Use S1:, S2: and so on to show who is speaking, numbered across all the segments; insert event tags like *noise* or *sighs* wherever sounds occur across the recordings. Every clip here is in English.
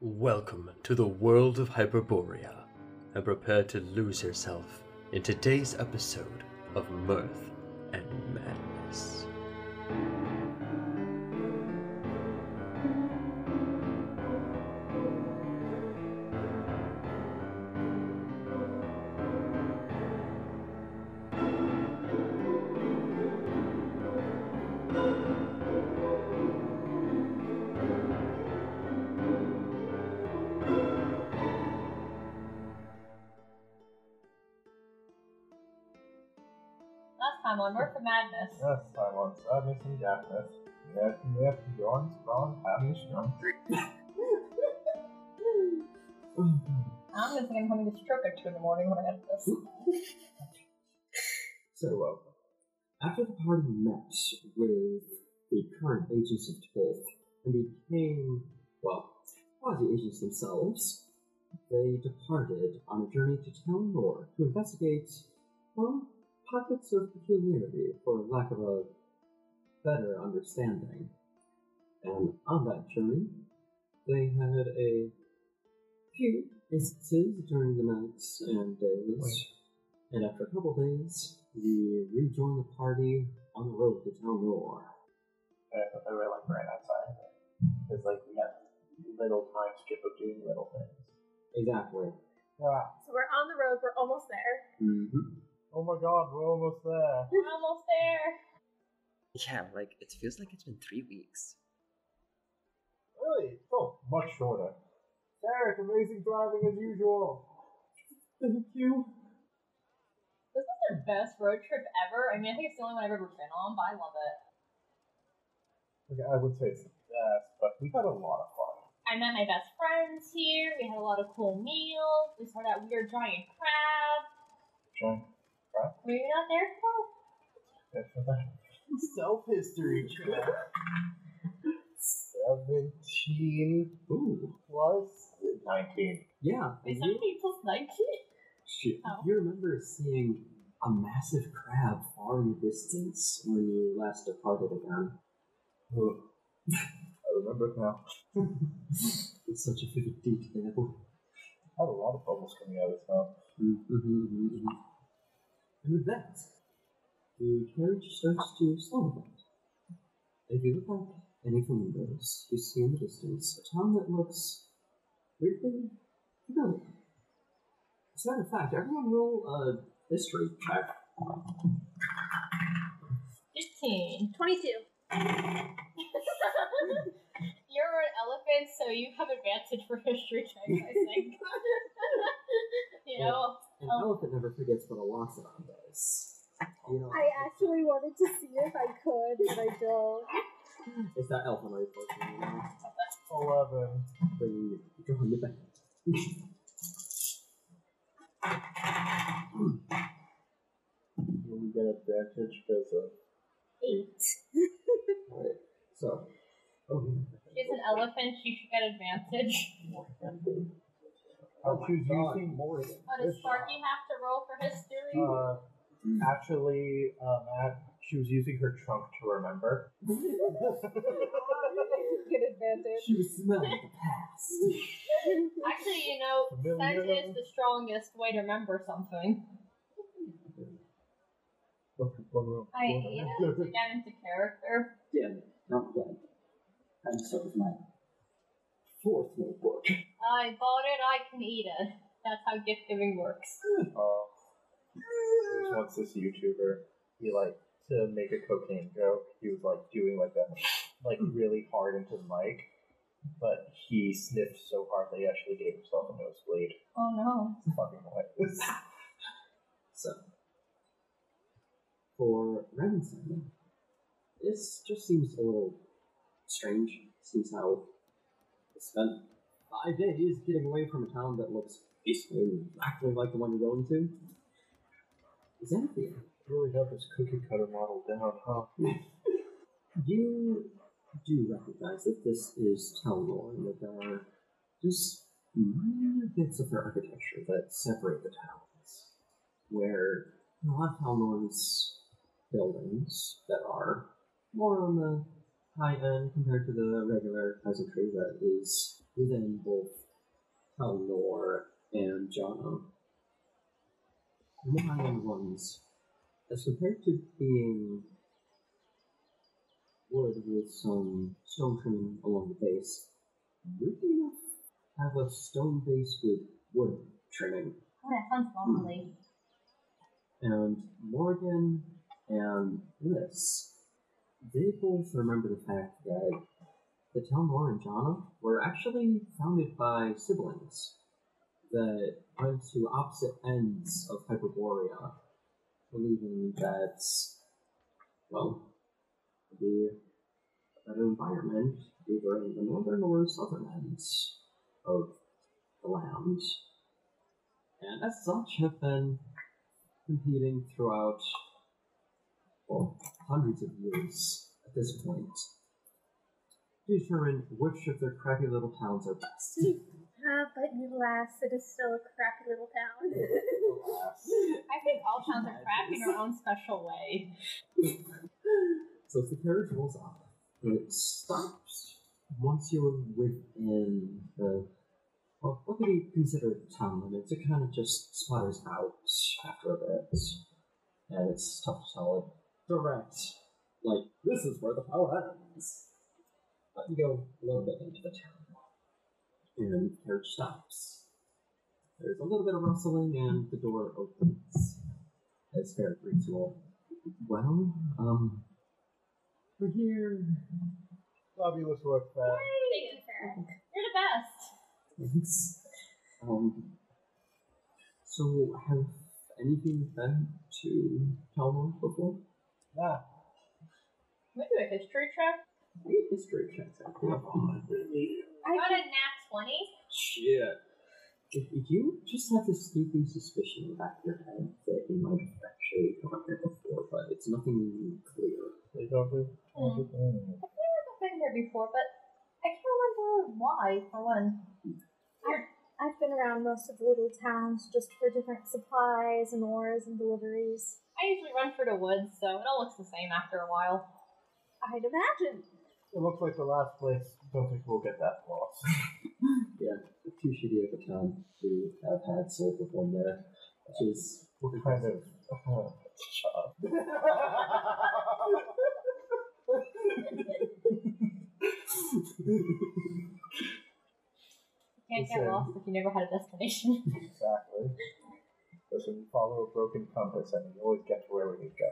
S1: Welcome to the world of Hyperborea, and prepare to lose yourself in today's episode of Mirth and Madness.
S2: Last time on Mirth and Madness.
S3: Yes, I uh, want sadness and deafness. Yes, yes, yawns, frowns, hamish, yawns.
S2: I'm gonna think I'm having a stroke at 2 in the morning when I edit this.
S4: So welcome. After the party met with the current agents of Torth and became, well, quasi agents themselves, they departed on a journey to Town Lore to investigate, well, pockets of peculiarity, for lack of a better understanding. And on that journey, they had a few instances during the nights and days.
S3: Wait.
S4: And after a couple days, we rejoined the party on the road to Town Roar.
S3: And I thought they were like right outside of it. It's like we have little time skip of doing little things.
S4: Exactly.
S3: Yeah.
S5: So we're on the road. We're almost there.
S4: Mm-hmm.
S3: Oh my god, we're almost there.
S5: We're almost there.
S6: Yeah, like it feels like it's been three weeks.
S3: Really? Oh, much shorter. Derek, amazing driving as usual. *laughs*
S4: Thank you.
S2: This is the best road trip ever. I mean, I think it's the only one I've ever been on, but I love it.
S3: Okay, I would say it's the best, but we've had a lot of fun.
S2: I met my best friends here. We had a lot of cool meals. We saw that weird giant crab.
S3: Trying
S2: Were you not there? Cole?
S3: to for that. *laughs*
S4: Self history check.
S3: 17
S4: Ooh,
S3: plus 19.
S4: yeah.
S2: Wait,
S4: and you,
S2: 17 plus 19?
S4: shit,
S2: Oh.
S4: you remember seeing a massive crab far in the distance when you last departed again.
S3: Ugh. Oh. *laughs* I remember it now.
S4: *laughs* It's such a vivid detail.
S3: I had a lot of bubbles coming out of his mouth.
S4: Mm-hmm. And with that, the carriage starts to slow a bit. If you look out any of the windows, you see in the distance a town that looks weirdly familiar. As a matter of fact, everyone roll a history check.
S2: 15.
S5: 22.
S2: *laughs* You're an elephant, so you have advantage for history checks, I think. *laughs* you know?
S4: An
S2: Oh.
S4: elephant never forgets what a loxodon does. You know,
S5: I actually wanted to see if I could, but I don't.
S4: it's that elephant I was talking about,
S3: 11.
S4: bringing drawing the back.
S3: Will we get advantage because of
S5: Eight.
S4: Alright, so. Oh,
S2: She's an elephant, she should get advantage.
S3: I'll
S4: Oh my
S3: choose
S4: God.
S3: using more than
S2: Oh, does Sparky have to roll for history?
S3: Uh, actually, uh, Matt, she was using her trunk
S2: *laughs*
S3: to remember. *laughs*
S5: Good advantage.
S4: She was smelling the past.
S2: Actually, you know, scent
S3: Familiar.
S2: is the strongest way to remember something. I hate it
S3: *laughs*
S2: to get into character.
S4: yeah, not bad. I'm sorry with my fourth notebook.
S2: I bought it, I can eat it. That's how gift giving works.
S3: Uh, there's once this YouTuber, he like to make a cocaine joke. He was like doing like that, like really hard into the mic, but he sniffed so hard that he actually gave himself a nosebleed.
S2: Oh no.
S3: It's fucking hilarious.
S4: So, for Renson, this just seems a little strange. Seems how I spent five days getting away from a town that looks basically exactly like the one you're going to. Xanthia,
S3: really have this cookie cutter model down, huh?
S4: You do recognize that this is Telnor and that there are just minor bits of their architecture that separate the towns. Where a lot of Telnor's buildings that are more on the high end compared to the regular peasantry that is within both Talnor and Jana. More high-end ones, as compared to being wood with some stone trimming along the base, weirdly enough, have a stone base with wood trimming.
S2: Oh, that sounds lovely.
S4: and Morgan and Bliss, they both remember the fact that the Talmor and Jana were actually founded by siblings that went to opposite ends of Hyperborea, believing that, well, the better environment either in the northern or southern ends of the land. And as such, have been competing throughout well, hundreds of years at this point to determine which of their crappy little towns are best. *laughs*
S5: Ah, but alas, it is still a crappy little town.
S2: I think all towns are crap in our own special way.
S4: so if the carriage rolls up, it stops once you're within the well, what could be considered town limits? It kind of just sputters out after a bit, and it's tough to tell it direct. Like this is where the power ends, but you go a little bit into the town, and the carriage stops. There's a little bit of rustling, and the door opens. As fair greets you all. Well, um, we're here.
S3: Fabulous work, Fab.
S2: Thank you, Farron. You're the best.
S4: Thanks. Um, so, have anything been to Talmud before?
S3: Nah,
S2: Can we do a history check?
S4: I need history checks. I think.
S2: I got a nat 20.
S4: Shit. If if you just have this sneaking suspicion in the back of your head that you might have actually gone here before, but it's nothing clear.
S3: they don't do.
S2: I feel like I've been here before, but I can't remember why, for one.
S5: I've been around most of the little towns just for different supplies and ores and deliveries.
S2: I usually run through the woods, so it all looks the same after a while.
S5: I'd imagine.
S3: It looks like the last place. Don't think we'll get that lost.
S4: Too shitty of a time to have had soul before there, which is
S3: We're kind of.
S4: *laughs*
S3: shut up. uh, *laughs*
S2: You can't get
S3: Listen.
S2: lost if you never had a destination. *laughs*
S3: exactly. Listen, we follow a broken compass and we always get to where we need to go.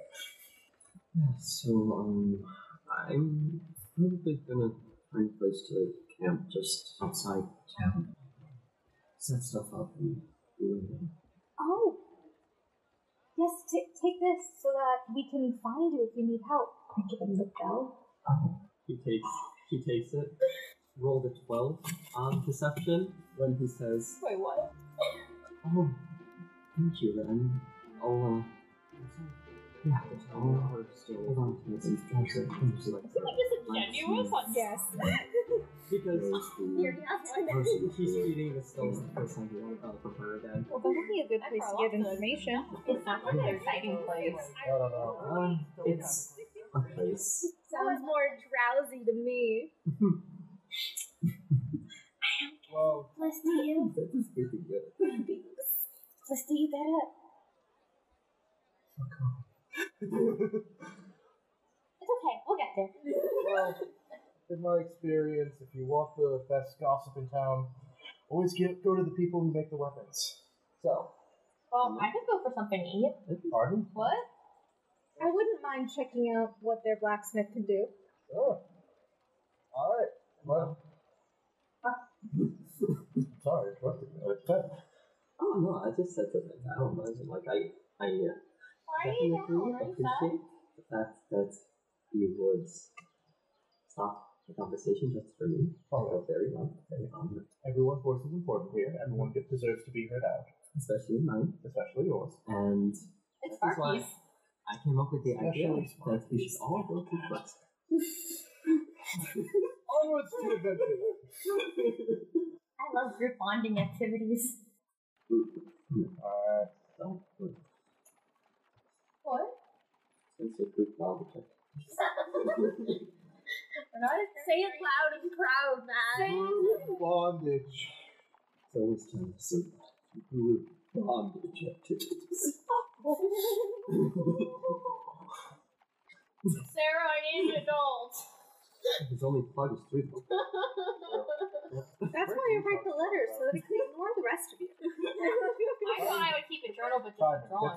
S4: Yeah, so um, I'm probably gonna find a place to camp just outside town. Set stuff up and do it.
S5: Oh! Yes, t- take this so that we can find you if you need help. I give him the bell.
S4: He takes he takes it. Rolled a twelve on deception when he says,
S2: Wait, what?
S4: "Oh, thank you, then. I'll uh, yeah, I'll hold on to it and treasure it." And she's like,
S2: Like disingenuous on
S5: Yes.
S4: Because
S5: You're not
S4: the person he's reading this still is the first time you heard about from her again.
S5: Well, that would be a good place to give information.
S2: It's not like an exciting place.
S3: I don't know.
S4: Uh, it's a place.
S5: Sounds more drowsy to me.
S3: Well,
S5: Bless you.
S4: That is pretty good.
S5: Bless you, that up. *laughs*
S2: It's okay, we'll get there.
S3: well, in my experience, if you want the best gossip in town, always get, go to the people who make the weapons. So,
S2: Well, I could go for something to eat.
S3: pardon?
S2: What?
S5: I wouldn't mind checking out what their blacksmith can *laughs* do.
S3: Oh. All right. Well. Sorry, interrupted you. uh,
S4: Oh no, I just said something. I don't know. it's Like I, I uh,
S2: Why are you
S4: definitely
S2: down? Are you sad?
S4: appreciate the fact that you would stop the conversation just for me.
S3: Oh,
S4: Oh, very long, very long,
S3: Everyone's voice is important here. Everyone gets- deserves to be heard out,
S4: especially mine.
S3: especially yours.
S4: And
S2: It's
S4: That's why-
S2: Sparky's.
S4: I came up with the idea
S3: Especially smart.
S4: that we should all go to class. *laughs*
S3: Onwards to adventure.
S2: I love group bonding activities. *laughs*
S3: All right.
S4: So, it's
S2: What?
S4: a good job.
S2: *laughs* We're not a
S5: Say it loud and proud, man.
S3: bondage.
S4: It's always time to say that. You were bondage activities. *laughs*
S2: Sarah, I need an adult. *laughs*
S4: His only plug is three.
S7: That's why I write the letters so that I can ignore the rest of
S5: *laughs*
S7: you.
S2: I thought I would keep a journal, but
S3: Fine,
S2: just
S3: that's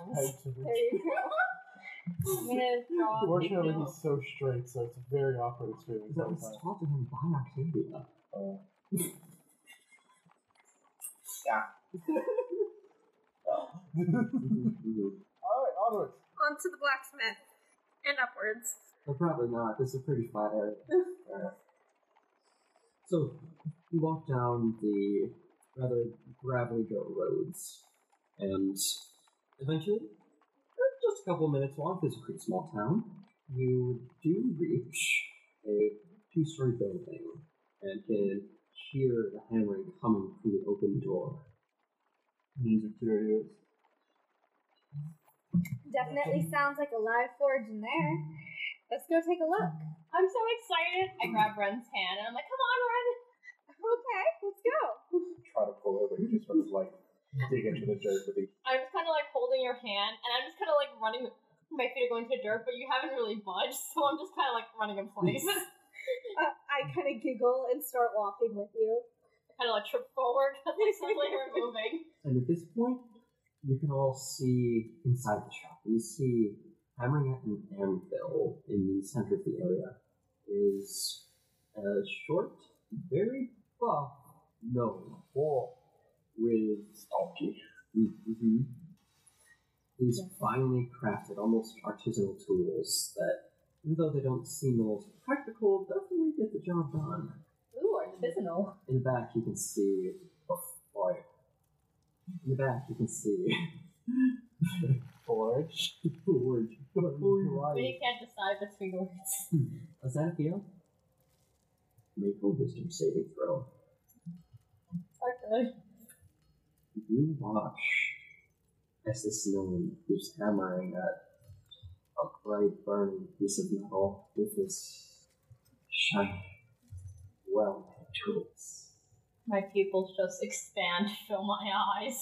S2: *laughs* drawings.
S3: tied to the-
S5: There you go.
S2: I'm gonna draw.
S3: Fortunately,
S2: big
S3: he's so straight, so it's very awkward experience.
S4: That
S3: *laughs*
S4: was *laughs* taught to him by Octavia. *laughs* Mm-hmm.
S3: Alright, onwards.
S7: Onto the blacksmith and upwards.
S4: But probably not. This is a pretty flat area. So you walk down the rather gravelly dirt roads, and eventually, uh, just a couple of minutes walk, this is a pretty small town. You do reach a two-story building and can hear the hammering coming from the open door.
S3: Music curious.
S5: Definitely sounds like a live forge in there. Let's go take a look.
S2: I'm so excited. I grab Ren's hand and I'm like, come on, Ren.
S5: Okay, let's go.
S3: Try to pull over, you just sort of like dig into the dirt with each.
S2: I'm just kind of like holding your hand and I'm just kind of like running. My feet are going to dirt, but you haven't really budged, so I'm just kind of like running in place. *laughs*
S5: Uh, I kind of giggle and start walking with you.
S2: kind of like trip forward *laughs* because I suddenly are moving.
S4: And at this point, you can all see inside the shop. You see hammering at an anvil in the center of the area is a short, very buff gnome
S3: Whoa.
S4: with
S3: Stalky.
S4: Mhm. these finely crafted, almost artisanal tools that, even though they don't seem the most practical, definitely get the job done.
S2: Ooh, artisanal.
S4: In the back, you can see. Oh, boy. In the back, you can see. *laughs* Forge. *laughs* Forge.
S2: We can't decide between words.
S4: Is that a feel? Make a wisdom saving throw.
S2: Okay.
S4: You watch as this gnome keeps hammering at a bright burning piece of metal with his shiny, well made tools.
S2: My pupils just expand, fill my eyes.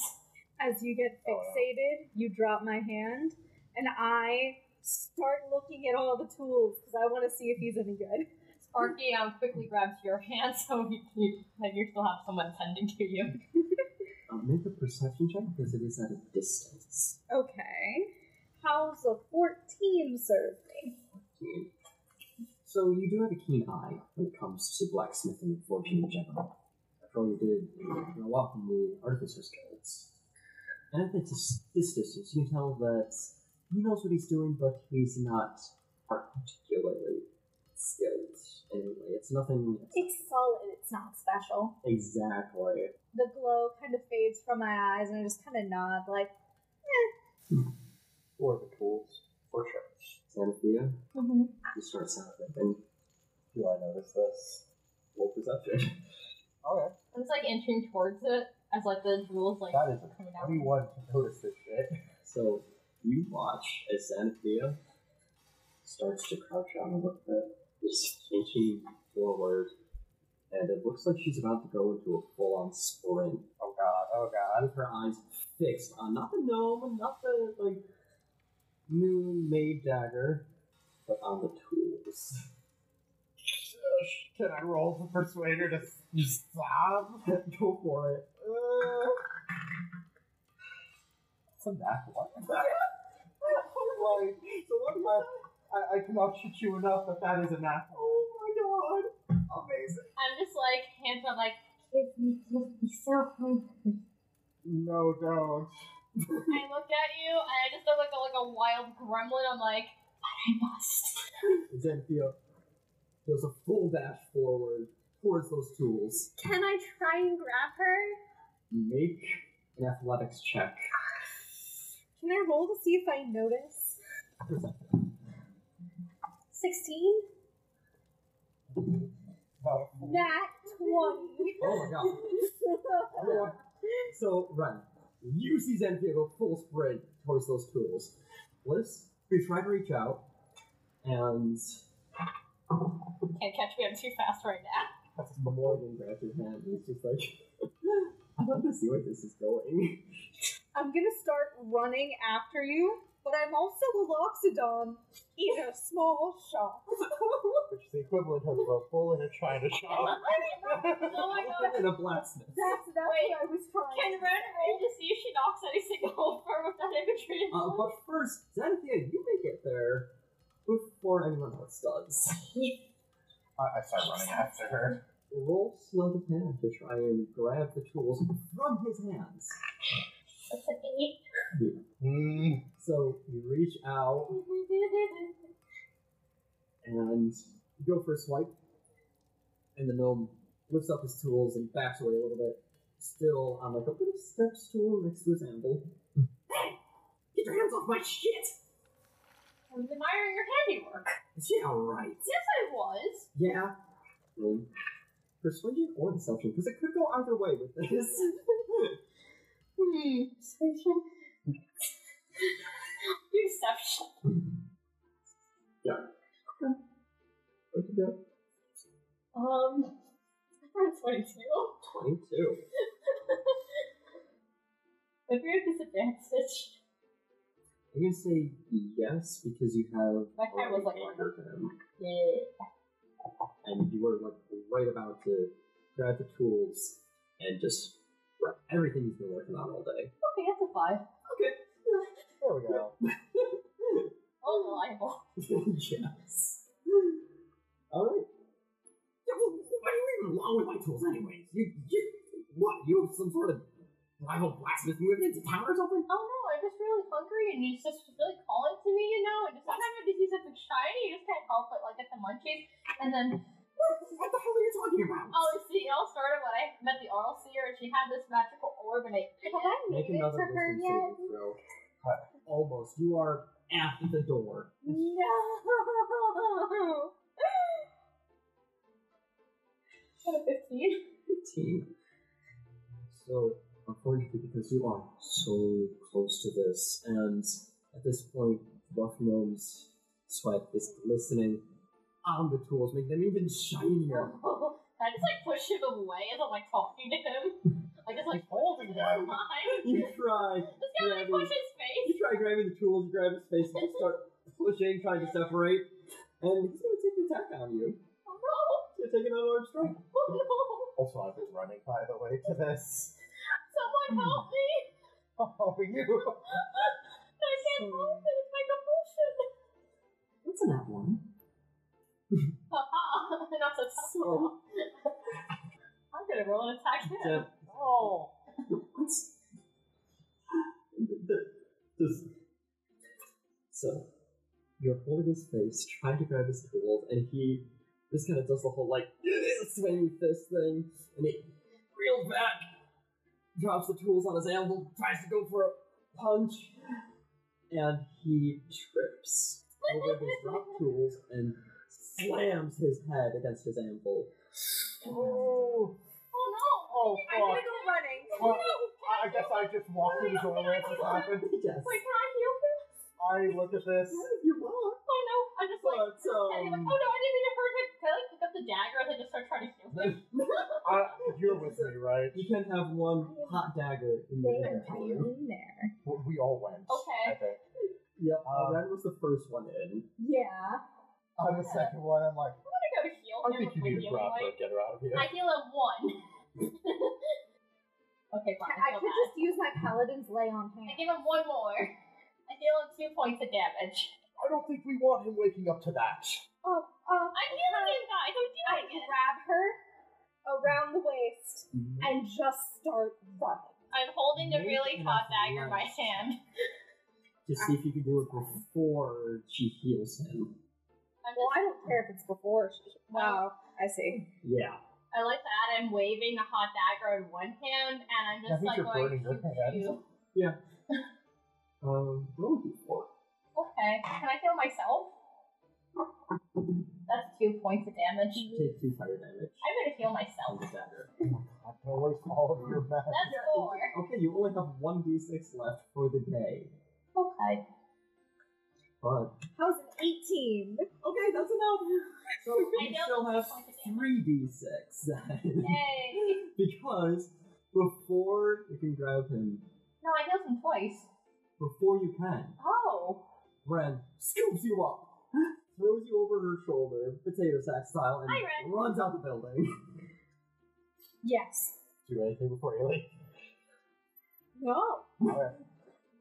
S5: As you get
S3: Oh, wow.
S5: fixated, you drop my hand, and I start looking at all the tools because I want to see if he's any good.
S2: Sparky um, quickly grabs your hand *laughs* so you, you, that you still have someone tending to you.
S4: Uh, make a perception check because it is at a distance.
S5: Okay. How's a 14 serve me?
S4: Mm. So you do have a keen eye when it comes to blacksmithing and forging in general. After all, you did a lot in the artificers' guilds. And at this, this distance, you can tell that he knows what he's doing, but he's not particularly skilled anyway. It's nothing
S5: It's solid, it's not special.
S4: exactly.
S5: The glow kind of fades from my eyes, and I just kind of nod, like, eh.
S3: Or the tools. For sure.
S4: Xanathia,
S5: Mm-hmm.
S4: you start sounding
S3: Do I notice this?
S4: What perception?
S3: Okay.
S2: I'm just like inching towards it as like the jewels like
S3: That is
S2: coming
S3: a
S2: out.
S3: 21 to notice this shit.
S4: *laughs* So you watch as Xanathia starts to crouch down a little bit, just inching forward, and it looks like she's about to go into a full-on sprint.
S3: Oh god, oh god.
S4: With her eyes fixed on not the gnome, not the like new made dagger, but on the tools. *laughs*
S3: Can I roll the persuader to s- stop?
S4: *laughs* Go for it.
S3: Uh, it's a math one. *laughs* like, so what am I? I, I cannot shit you enough that that is a math Oh my god! Amazing.
S2: I'm just like hands on like
S5: Give me, give me so hungry.
S3: No, don't.
S2: I look at you and I just look like a like a wild gremlin. I'm like, I must.
S3: uh,
S4: Xanathia does a full dash forward towards those tools.
S7: Can I try and grab her?
S4: Make an athletics check.
S5: Can I roll to see if I notice? 16?
S3: Oh,
S5: That *laughs* 20.
S4: Oh my god. Yeah. So run. You see Xanthia go full sprint towards those tools. Liz, you try to reach out, and
S2: Can't catch me. I'm too fast right now.
S4: Morgan grabs his hand and he's just like, *laughs* I want to see where this is going.
S7: I'm gonna start running after you, but I'm also a Loxodon in a small shop.
S3: Which is the equivalent of a bull in a china shop.
S2: Oh my god.
S4: and a blacksmith.
S7: That's that's
S2: Wait,
S7: what I was trying.
S2: Can Ren roll to see if she knocks anything *laughs* over with that imagery?
S4: Uh, but first, Xanthia, you may get there before anyone else does.
S3: I, I start running after her.
S4: Roll slow to hand to try and grab the tools from his hands.
S5: That's an eight.
S3: Mm.
S4: So you reach out and you go for a swipe, and the gnome lifts up his tools and backs away a little bit, still on like a bit of step stool next to his anvil. Hey! Get your hands off my shit!
S2: I'm admiring your handiwork.
S4: Is she alright?
S2: Yes, I was.
S4: Yeah. Roll persuasion or deception, because it could go either way with this. *laughs*
S2: Hmm. Deception. Deception.
S4: Okay,
S2: Um. I'm 22.
S4: 22.
S2: I agree with disadvantage.
S4: I'm gonna say yes because you have.
S2: My cat was like-
S4: under him,
S2: Yeah.
S4: and you were like right about to grab the tools and just wrap everything you've been working on all day.
S2: Okay, that's a five.
S3: There we go.
S2: Oh, *laughs* reliable.
S4: yes. All right. Yeah, well, what are you even along with my tools, anyways? You, you, what? You have some sort of rival blacksmith movement into town or something?
S2: Oh no, I'm just really hungry and it's just really calling to me, you know? And just sometimes when you see something shiny, you just can't help but like get the munchies. And then, *laughs*
S4: What the hell are you talking about?
S2: oh, see, it all started when I met the Aural Seer and she had this magical orb and I.
S5: Have I
S4: Make
S5: made it to
S4: another
S5: her
S4: wisdom
S5: yet?
S4: saving throw. Almost. You are at the door.
S5: No.
S2: *laughs* Got a 15.
S4: 15. So, unfortunately, because you are so close to this, and at this point, Buff Gnome's sweat is glistening on the tools, making them even
S2: *laughs*
S4: shinier. *laughs*
S2: I just like push him away as I'm like talking to him. Like it's like
S3: holding
S2: mine.
S3: them.
S4: You try,
S2: Just gotta like push his face.
S4: you try grabbing the tools, you grab his face, and you start pushing, trying to separate, and he's gonna take an attack on you.
S2: Oh no!
S4: He's gonna take an unarmed strike.
S2: Oh no!
S3: Also, I've been running, by the way, to
S4: *laughs*
S3: this.
S2: Someone help me!
S3: Oh, you.
S2: I can't help it. It's my compulsion. *laughs*
S4: What's in that one?
S2: Haha. Not so tough.
S4: So-
S2: I'm gonna roll an attack him.
S4: Yeah.
S3: Oh.
S4: What's this? So you're holding his face, trying to grab his tools, and he just kind of does the whole like *laughs* swing fist thing, and he reels back, drops the tools on his anvil, tries to go for a punch, and he trips over his *laughs* drop tools and slams his head against his anvil.
S3: Oh.
S2: Oh no!
S3: Oh,
S7: I'm
S3: fuck.
S7: gonna go running.
S3: Well, I guess I just walked through the doorway as this happened.
S4: *laughs* yes.
S2: Wait, can I heal him?
S3: I look at this.
S4: you want.
S2: Oh no! I'm just like.
S4: But, um,
S2: and he's like, oh no, I didn't mean to hurt him. Can I like pick up the dagger and then just start trying to heal him?
S3: I, you're with me, right?
S4: You can have one hot dagger in your inventory.
S5: in there.
S3: W- We all went.
S2: Okay.
S3: I think.
S4: Yep, uh,
S3: Um,
S4: Ren was the first one in.
S5: Yeah.
S3: On the second one, I'm like,
S2: I'm gonna go heal
S3: I
S2: him
S3: think you
S2: with my
S3: need
S2: healing
S3: to grab her.
S2: light.
S3: Get her out of here.
S2: I heal him
S7: *laughs*
S2: one. okay, fine.
S7: I
S2: I,
S7: could
S2: just.
S7: just use my
S5: Paladin's lay on
S2: I
S5: hand.
S2: give him one more. *laughs* I heal him two points of damage.
S3: I don't think we want him waking up to that.
S7: oh oh.
S2: I'm healing him, guys. I'm
S7: I
S2: doing it.
S7: grab her around the waist
S4: Mhm.
S7: and just start running.
S2: I'm holding the
S4: Make
S2: really
S4: an
S2: hot dagger in my
S4: athletics.
S2: hand.
S4: Just see if you can do it before she heals him.
S2: I'm
S7: Well,
S2: just,
S7: I don't care if it's before. She, wow, I see.
S4: Yeah.
S2: I like to add I'm waving the hot dagger in one hand, and I'm
S3: I
S2: just
S3: think
S2: like
S3: you're
S2: going.
S3: burning your
S2: pew,
S3: hand.
S2: pew.
S4: Um, roll a d4.
S2: Okay, can I heal myself? That's two points of damage.
S4: Take two fire damage
S2: I'm gonna heal
S4: on
S2: myself.
S4: the dagger.
S3: I can waste all of your magic.
S2: That's four.
S4: Okay, you only have one d6 left for the day.
S2: Okay.
S4: But
S5: How's an 18?
S4: okay, that's enough. *laughs* So we
S2: know
S4: still have
S2: that's like a damage.
S4: three d six then, *laughs*
S2: Hey.
S4: because before you can grab him,
S2: No, I healed him twice.
S4: before you can,
S2: Oh.
S4: Ren scoops you up, throws you over her shoulder, potato sack style, and
S2: Hi, Ren.
S4: runs out the building.
S5: Yes.
S3: Do anything before Ailey?
S5: No.
S3: Alright.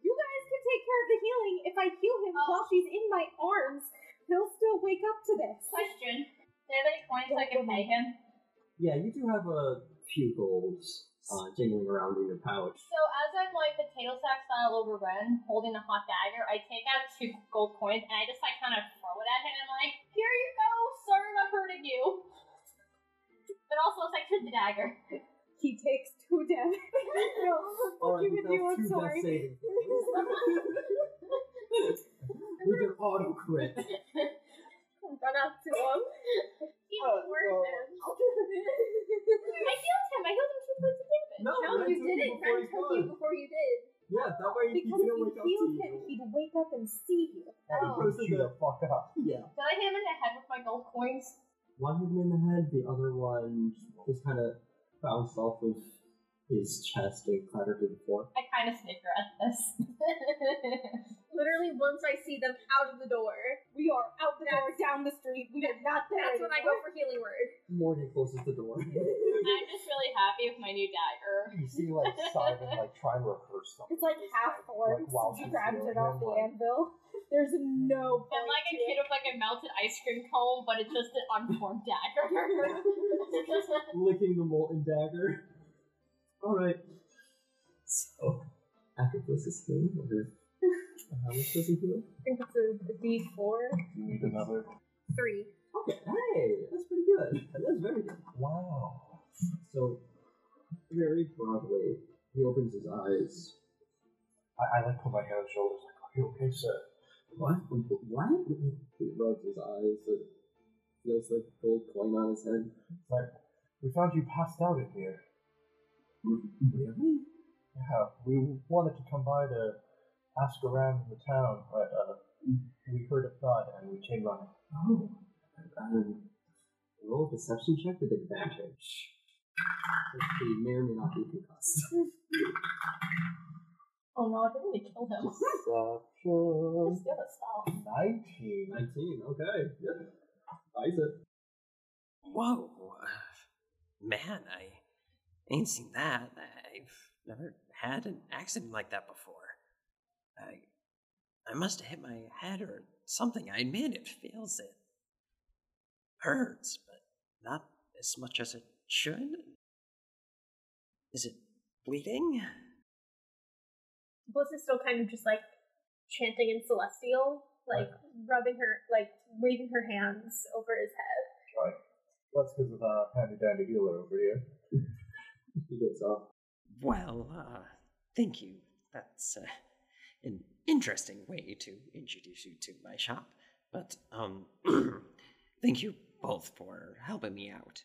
S5: You guys can take care of the healing. If I heal him
S2: Oh.
S5: while she's in my arms, he'll still wake up to this.
S2: Question. Do I have any coins I can pay him?
S4: Yeah, you do have a few golds uh, jingling around in your pouch.
S2: So as I'm like potato sack style over Ren, holding a hot dagger, I take out two gold coins and I just like kind of throw it at him and like, here you go, sir, I'm hurting you. But also, it's like to the dagger.
S5: He takes two damage. *laughs* no,
S4: Alright,
S5: fucking
S4: fails
S5: with you, I'm
S4: two death
S5: sorry. *laughs*
S4: saving throws. With an auto crit.
S5: Run up to him.
S2: Even
S3: Oh,
S2: worse
S4: Uh,
S3: no.
S2: than- I healed him. I healed him two points of damage.
S4: No,
S5: *laughs* no,
S4: Ren
S5: you
S4: took you
S5: didn't.
S4: before
S5: Ren
S4: he
S5: took
S4: could.
S5: you before you did.
S4: Yeah, that way he
S5: Because if
S4: didn't
S5: you
S4: wake up to
S5: healed him,
S4: you.
S5: he'd wake up and see you.
S3: And
S4: Oh.
S3: you shoot the fuck up.
S4: Yeah.
S2: Did I hit him in the head with my gold coins?
S4: One hit him in the head, the other one just kind of bounced off of his chest and clattered to the floor.
S2: I kind of snicker at this. *laughs*
S5: Literally, once I see them out of the door, we are out the door, down the street. We are not there.
S8: That's when I go for healing word.
S4: Morgan closes the *laughs* door.
S2: I'm just really happy with my new dagger.
S3: You see, like, Simon, like, try and rehearse something.
S5: It's like half formed
S3: Like, while
S5: since you
S3: she's
S5: grabbed
S3: doing
S5: it off
S3: it,
S5: the
S3: like-
S5: anvil. *laughs* There's no point
S2: I'm like a
S5: to
S2: kid
S5: it.
S2: with like a melted ice cream cone, but it's just an unformed
S5: *laughs*
S2: dagger.
S4: licking the molten dagger. *laughs* Alright. So, after this is healed, or how much does he heal?
S5: I think it's a D4.
S3: You need another.
S5: Three.
S4: Okay, hey, that's pretty good. That's very good.
S3: Wow.
S4: So, very broadly, he opens his eyes.
S3: I, I like put my hand on his shoulders, like, are you okay, sir?
S4: What? What? He rubs his eyes. It feels like a gold coin on his head.
S3: It's like, we found you passed out in here.
S4: Really?
S3: Yeah, we wanted to come by to ask around in the town, but uh, we heard a thud and we came running.
S4: Oh. Um, roll a deception check with advantage. Let's see, may or may not be concussed. *laughs*
S2: oh no, I didn't really kill
S5: *laughs*
S2: him.
S3: Deception.
S2: Just the other stuff.
S3: 19.
S4: 19, okay. Yep. Buys it.
S9: Whoa, uh, man! I ain't seen that. I've never had an accident like that before. I, I must have hit my head or something. I admit it feels it hurts, but not as much as it should. Is it bleeding?
S5: Bliss is still kind of just like chanting in Celestial, like rubbing her, like waving her hands over his head.
S3: Right. That's because of our handy dandy healer over here.
S4: He gets up.
S9: Well, uh, thank you. That's uh, an interesting way to introduce you to my shop. But, um, *clears throat* thank you both for helping me out.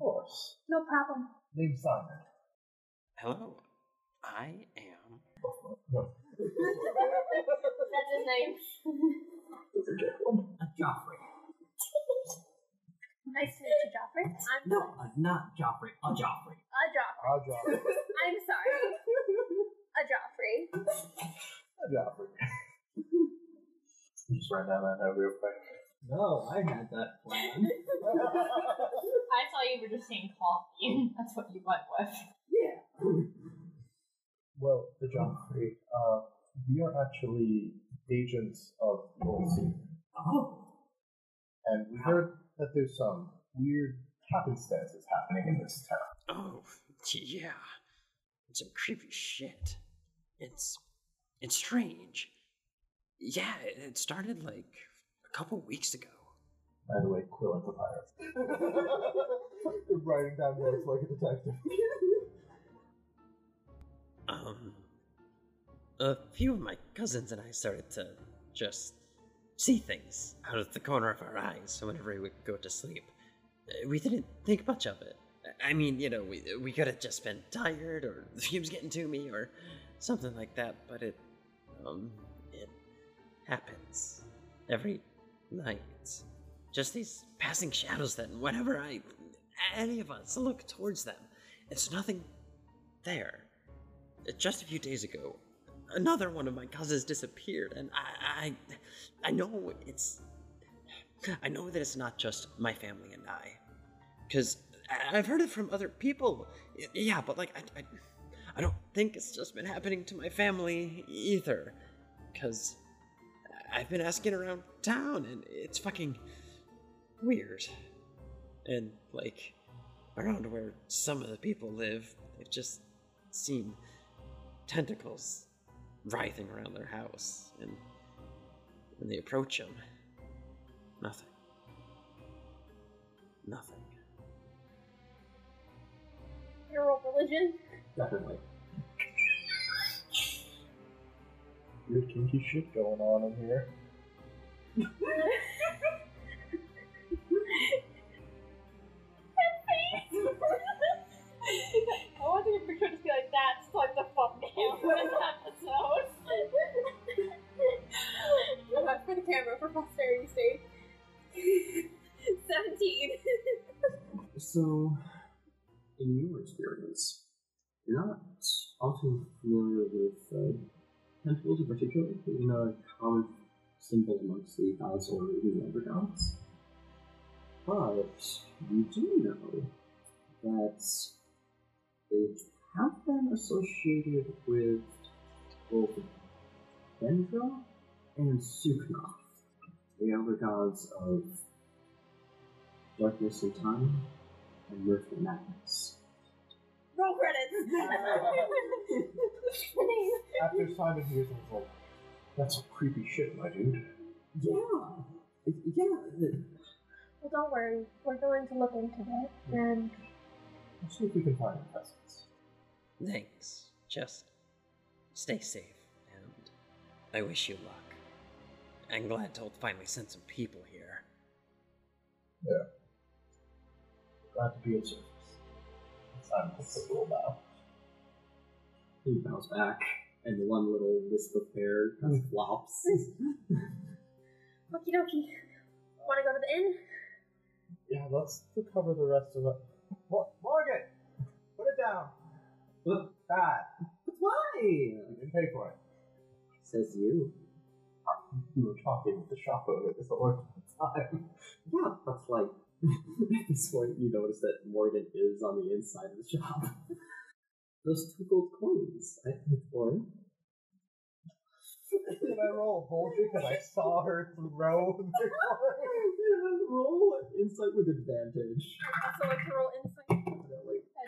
S3: Of course.
S5: No problem.
S3: Name Simon.
S9: Hello, I am.
S3: No.
S2: That's his name.
S4: A Joffrey.
S5: Nice to meet you, Joffrey. I'm
S4: No, uh, not Joffrey. A Joffrey.
S5: a Joffrey.
S3: Our job.
S5: I'm sorry. *laughs* A Joffrey.
S3: Our job. *laughs* Just write down that note real quick.
S4: No, I had that plan.
S2: I saw you were just saying coffee. *laughs* That's what you went
S5: *laughs*
S2: with.
S4: yeah.
S3: well, the Joffrey, uh, we are actually agents of Wolsey,
S4: Oh.
S3: and we heard that there's some weird happenstances happening in this town.
S9: Oh, yeah. It's some creepy shit. It's. It's strange. Yeah, it, it started like a couple weeks ago.
S3: By the way, Quill and the Pirates. *laughs* writing down notes like a detective. *laughs*
S9: Um, a few of my cousins and I started to just see things out of the corner of our eyes whenever we would go to sleep. Uh, We didn't think much of it. I mean, you know, we, we could have just been tired
S6: *laughs*
S9: or the fumes getting to me or something like that, but it, um, it
S6: happens every night. Just these passing shadows that whenever I, any of us, look towards them, it's nothing there. Uh, Just a few days ago, another one of my cousins disappeared, and I, I, I know it's, I know that it's not just my family and I, because I've heard it from other people. Y- Yeah, but like I, I, I don't think it's just been happening to my family either, because I've been asking around town, and it's fucking weird. And like, around where some of the people live, they've just seen tentacles writhing around their house, and when they approach them, nothing. Nothing.
S7: Your old religion.
S4: Definitely.
S3: Weird kinky shit going on in here.
S2: I want your picture to be like that's like the
S7: Oh,
S2: thumbnail for this
S7: *laughs*
S2: episode.
S7: Hold on, for the camera, for posterity's *laughs* sake. 17.
S4: So, in your experience, you're not all too familiar with uh, tentacles in particular, being a common symbol amongst the gods or even the other gods. But you do know that they have been associated with both Dendra and Sukna, the other gods of darkness and time, and mirth and madness.
S7: *laughs* Roll *laughs* credits.
S3: After Simon hears it, he's like, that's some creepy shit, my dude.
S4: *laughs* Yeah, It- yeah. the-
S7: well, don't worry. We're going to look into it. And
S3: Let's see if we can find the peasants.
S6: Thanks. Just stay safe, and I wish you luck. I'm glad Told finally sent some people here.
S3: Glad to be of service. Simon takes the rule now.
S4: He bows back, and one little wisp of hair kind of *laughs* flops.
S7: okie dokie. Want to go to the inn?
S3: Yeah, let's recover the rest of it. What? Morgan! Put it down!
S4: What?
S3: God,
S4: Why?
S3: you didn't pay for it.
S4: Says you.
S3: We were talking with the shop owner this whole time.
S4: Yeah, that's like. *laughs* At this point, you notice that Morgan is on the inside of the shop. Those two gold coins, I think,
S3: *laughs*
S4: or
S3: Can I roll a bullshit because I saw her throw the coin?
S4: *laughs* yeah, roll insight
S3: *laughs*
S4: with advantage.
S7: I'd also like to roll insight.
S2: I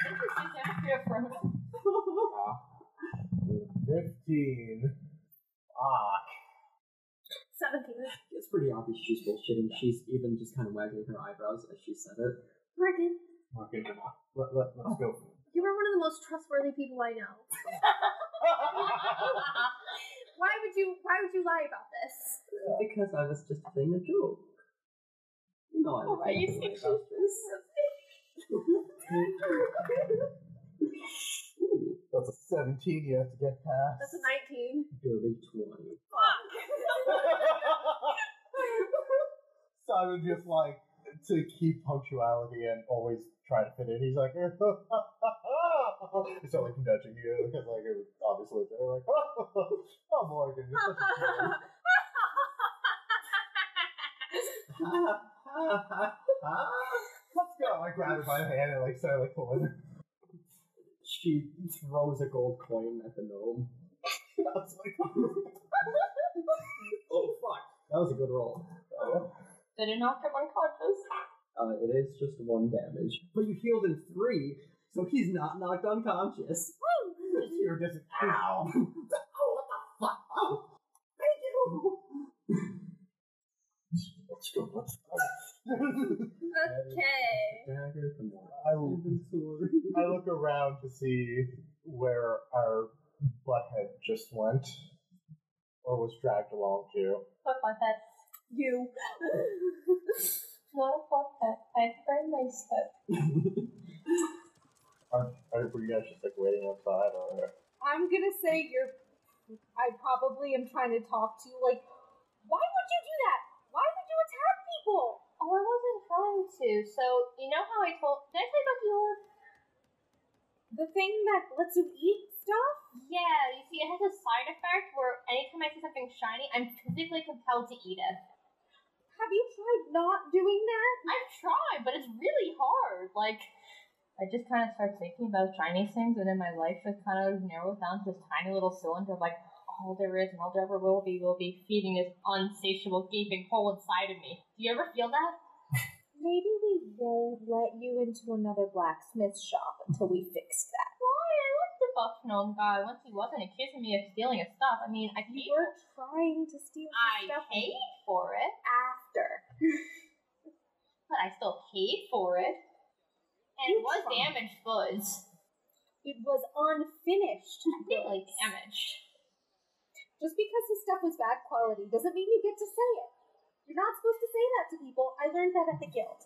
S2: think this is after a photo.
S3: Fifteen. Ah,
S7: 17.
S4: It's pretty obvious she's bullshitting. She's even just kind of wagging her eyebrows as she said it.
S7: Morgan,
S3: okay, come on. Let, let, let's go.
S7: you are one of the most trustworthy people I
S5: *laughs*
S7: know. Why would you? Why would you lie about this?
S4: Because I was just playing a joke. No, I
S2: All
S4: was
S2: right, you think she's
S4: Ooh,
S3: That's a seventeen. You have to get past.
S7: That's a 19.
S4: dirty 20.
S3: *laughs* Simon just like to keep punctuality and always try to fit in. He's like, *laughs* it's not like nudging you because like it was obviously they're like, *laughs* oh Morgan, you're such a kid." Let's go. I grab her by the hand and like start like pulling. her.
S4: She throws a gold coin at the gnome. *laughs*
S3: I was like,
S4: Oh, fuck. That was a good roll.
S3: oh.
S2: Did it knock him unconscious?
S4: Uh, it is just one damage. But you healed him three, so he's not knocked unconscious. *laughs*
S3: you were just ow.
S4: oh, what the fuck? Oh, thank you! *laughs*
S3: Let's go. Let's go.
S7: Okay.
S4: Dagger to more.
S3: I I look around to see where our butthead just went, or was dragged along to.
S2: Fuck my pet. *laughs*
S7: You.
S2: No, fuck that. I've burned my stuff.
S3: Are, are you guys just like waiting outside, or
S5: I'm gonna say you're. I probably am trying to talk to you like
S2: going to. So you know how I told? Did I tell you about the orb?
S5: The thing that lets you eat stuff?
S2: Yeah. You see, it has a side effect where anytime I see something shiny, I'm physically compelled to eat it.
S5: Have you tried not doing that?
S2: I've tried, but it's really hard. Like, I just kind of start thinking about Chinese things, and then my life just kind of narrows down to this tiny little cylinder of like, all there is and all there ever will be will be feeding this unsatiable gaping hole inside of me. Do you ever feel that?
S5: Maybe we won't let you into another blacksmith shop until we fix that.
S2: Why? I like the buff gnome guy once he wasn't accusing me of stealing his stuff. I mean, I
S5: You
S2: hate,
S5: were trying to steal
S2: I
S5: his stuff
S2: paid for it,
S5: after.
S2: but I still paid for it. And
S5: You
S2: it was
S5: tried.
S2: damaged goods.
S5: It was unfinished.
S2: Completely
S5: goods.
S2: damaged.
S5: Just because his stuff was bad quality doesn't mean you get to say it. You're not supposed to say that to people. I learned that at the guild.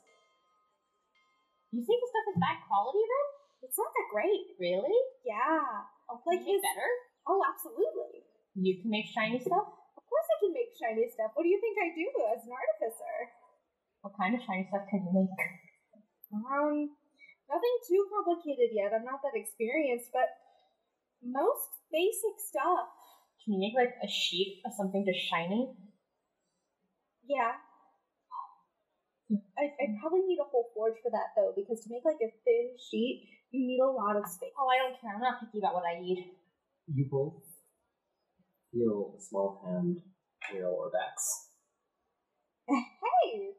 S2: You think the stuff is bad quality then?
S5: It's not that great.
S2: Really?
S5: Yeah. Like
S2: Like it
S5: his,
S2: better?
S5: oh, absolutely.
S2: You can make shiny stuff?
S5: Of course I can make shiny stuff. What do you think I do as an artificer?
S2: What kind of shiny stuff can you make?
S5: Um, nothing too complicated yet. I'm not that experienced, but most basic stuff.
S2: Can you make like a sheet of something just shiny?
S5: Yeah. I, I probably need a whole forge for that though, because to make like a thin sheet, you need a lot of space.
S2: Oh, I don't care. I'm not picky about what I eat.
S4: *laughs* You both feel a small hand on your lower backs.
S5: Hey,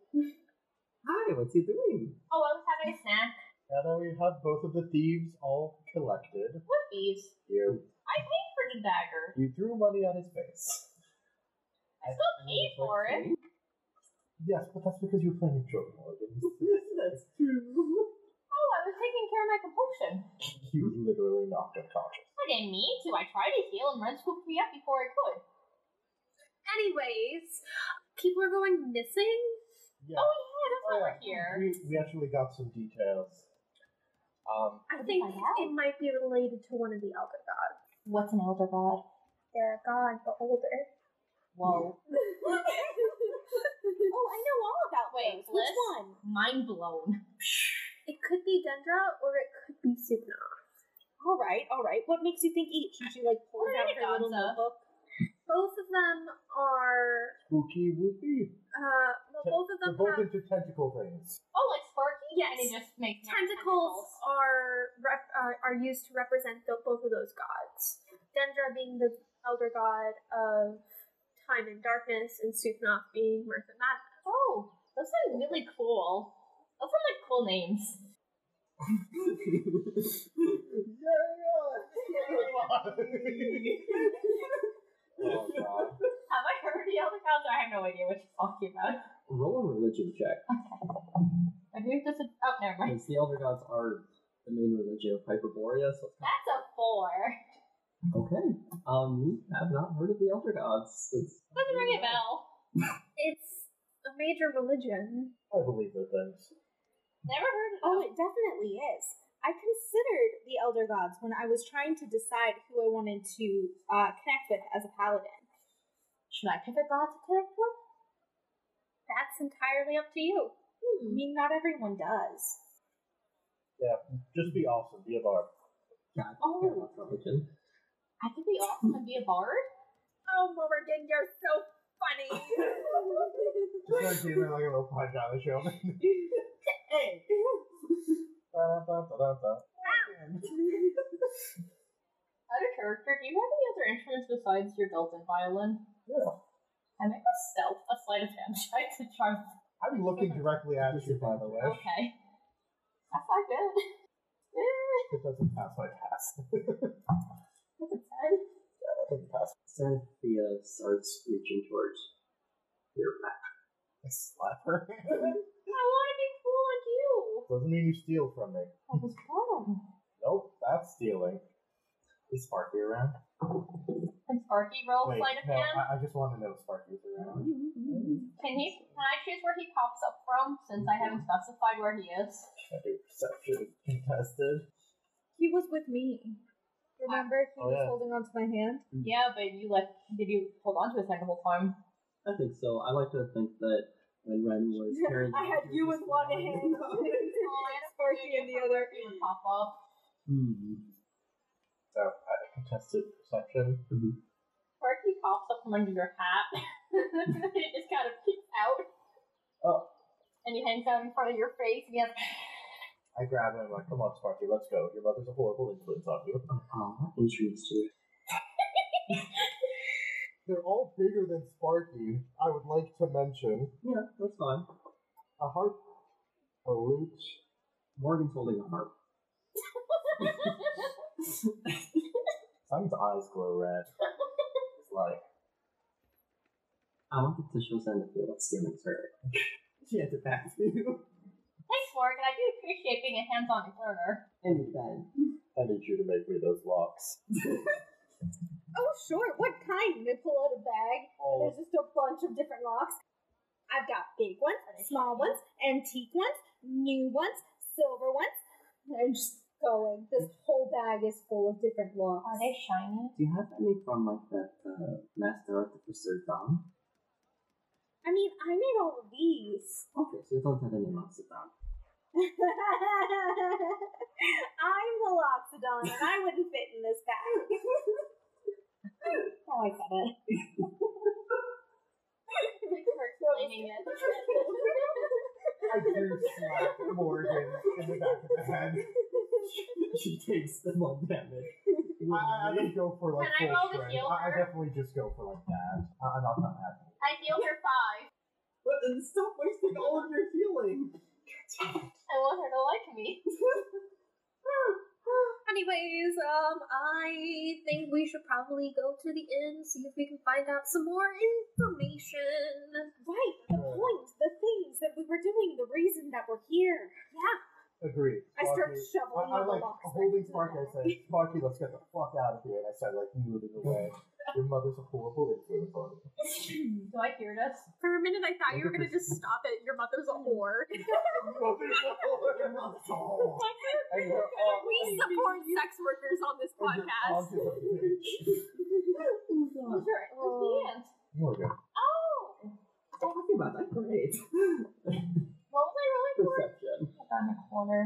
S4: Hi, what's you doing?
S2: Oh, I was having a snack.
S3: Now that we have both of the thieves all collected,
S2: What thieves?
S3: you
S2: I paid for the dagger.
S3: you threw money at his face.
S2: I still paid for it.
S3: Yes, but that's because you're playing a joke, Morgan. *laughs*
S4: That's true.
S2: Oh, I was taking care of my compulsion.
S3: he was literally knocked unconscious.
S2: I didn't mean to. I tried to heal and Ren scooped me up before I could.
S7: Anyways, people are going missing.
S3: Yeah.
S2: Oh, yeah, that's why
S3: Oh,
S2: we're
S3: yeah.
S2: here.
S3: We, we actually got some details. Um,
S7: I
S2: What
S7: think
S2: did I have?
S7: it might be related to one of the elder gods.
S2: What's an elder god?
S7: They're a god, but older.
S2: Whoa.
S5: oh, I know all about
S2: Wait,
S5: those. Which
S2: Liz?
S5: one?
S2: Mind blown.
S7: It could be Dendra or it could be Sukna.
S5: All right, all right. What makes you think each? And she like pulls
S2: What are
S5: out
S2: the
S5: her little
S2: gods of?
S5: notebook.
S7: Both of them are.
S3: spooky whoopee.
S7: Uh, well, both of
S3: They're
S7: them
S3: both
S7: have
S3: into tentacle
S2: *laughs*
S3: things.
S2: Oh, like Sparky?
S7: Yes.
S2: And it just makes
S7: tentacles are rep- are, are used to represent the, both of those gods. Dendra being the elder god of time and darkness, and Suknoth being mirth and madness.
S2: Oh, those sound really cool. Those sound like cool names.
S3: oh god.
S2: Have I heard the elder gods? I have no idea what you're talking about.
S4: *laughs* Roll a religion check.
S2: I think this is. Oh, never mind.
S4: Because the elder gods are the main religion of Hyperborea, so it's kind
S2: That's a four.
S4: of- okay. Um, you have not heard of the elder gods. It's
S2: Doesn't ring a bell.
S7: It's a major religion.
S3: I believe those things.
S2: Never heard of
S5: Oh,
S2: it.
S5: it definitely is. I considered the elder gods when I was trying to decide who I wanted to uh, connect with as a paladin.
S2: Should I pick a god to connect with?
S7: That's entirely up to you.
S5: Hmm. I mean, not everyone does.
S3: Just be awesome. Be a
S2: *laughs*
S3: bard.
S4: God,
S2: Oh.
S4: yeah, that's religion.
S2: I could be awesome and be a bard.
S7: Oh, Morgan, you're so funny.
S3: Just like being like a little punch
S2: *laughs*
S3: on the show. hey. Da-da-da-da-da-da. *laughs*
S2: Out of character, do you have any other instruments besides your belt and violin?
S3: Yeah.
S2: I make a stealth, a sleight of hand check to try.
S3: I'm looking directly at you, by the way.
S2: Okay. That's not good. *laughs* Eh,
S3: It doesn't pass my pass.
S2: That's a ten.
S3: It doesn't pass.
S4: Cynthia starts reaching towards your back.
S3: I slap her.
S2: I want to be cool like you.
S3: *laughs* doesn't mean you steal from me.
S2: I was born.
S3: Nope, that's stealing. Is Sparky around?
S2: Can Sparky roll
S3: Wait,
S2: sleight of
S3: no,
S2: hand?
S3: I, I just want to know if Sparky's around.
S2: Can he? Can I choose where he pops up from? Since I haven't specified where he is.
S3: I do perception contested.
S5: He was with me. Remember, he
S3: Oh,
S5: was
S3: yeah.
S5: holding onto my hand.
S2: Yeah, but you like did you hold on to his hand the whole time?
S4: I think so. I like to think that when Ren was carrying.
S5: *laughs* I had you in one
S2: *laughs*
S5: hand, Sparky in the other.
S2: It would pop up.
S4: *laughs* Hmm.
S3: So, uh, contested perception.
S4: Mm-hmm.
S2: Sparky pops up from under your hat. *laughs* it just kind of peeks out.
S3: Oh.
S2: And he hangs out in front of your face and he goes,
S3: I grab him. I'm like, come on, Sparky, let's go. Your mother's a horrible influence on you.
S4: Oh, that intrigues you.
S3: *laughs* They're all bigger than Sparky. I would like to mention
S4: Yeah, that's fine.
S3: a harp, a lute.
S4: Morgan's holding a
S3: *laughs*
S4: harp.
S3: Simon's eyes glow red. It's like,
S4: I want the officials and the field stealing her. she has it back to you.
S2: Thanks, Morgan. I do appreciate being a hands on learner.
S4: Anything.
S3: I need you to make me those locks.
S5: Oh, sure. What kind? They pull out a bag. and
S3: All
S5: There's just a bunch of different rocks. I've got big ones, small ones, antique ones, new ones, silver ones. I'm just going. This whole bag is full of different locks.
S2: Are they shiny?
S4: Do you have any from like that uh, master of the preserved Dom?
S5: I mean, I made all of these.
S4: Okay, so you don't have any master Dom.
S5: *laughs* I'm the Loxodon, and I wouldn't fit in this bag.
S10: Oh, I got it.
S2: Explaining it.
S3: I do slap Morgan in the back of the *laughs* head.
S4: *laughs* she takes the one damage. *laughs*
S3: I, I, I just go for like
S2: Can I
S3: full
S2: roll to
S3: strength.
S2: heal
S3: I, I
S2: her?
S3: definitely just go for like that. I, I'm not that happy.
S2: I healed her five.
S4: But then stop wasting all of your healing.
S2: I want her to like me.
S11: Anyways, um, I think we should probably go to the inn, see if we can find out some more information.
S5: right, the
S3: Yeah.
S5: point, the things that we were doing, the reason that we're here.
S3: Agreed.
S5: I start
S3: Sparky-
S5: shoveling
S3: I, I
S5: all the
S3: like
S5: locks. back
S3: holding
S5: into the
S3: Sparky. I
S5: bag.
S3: say, Sparky, let's get the fuck out of here. And I start like
S4: *laughs*
S3: moving away. Your mother's a horrible influence on me.
S5: *clears throat*
S2: Do I hear this?
S11: For a minute, I thought you were gonna just stop it. Your mother's
S3: Hmm.
S11: a whore.
S3: Your mother's a whore. And Oh.
S2: *laughs*
S3: you're all-
S11: We
S3: and
S11: support sex workers on this
S3: you're all
S11: podcast.
S3: just a
S4: *laughs*
S3: bitch.
S2: Sure, it's the end.
S3: Morgan.
S2: Oh!
S4: Talking about
S3: *laughs*
S4: that, great.
S2: What was I rolling for?
S4: Perception.
S2: Look on the corner.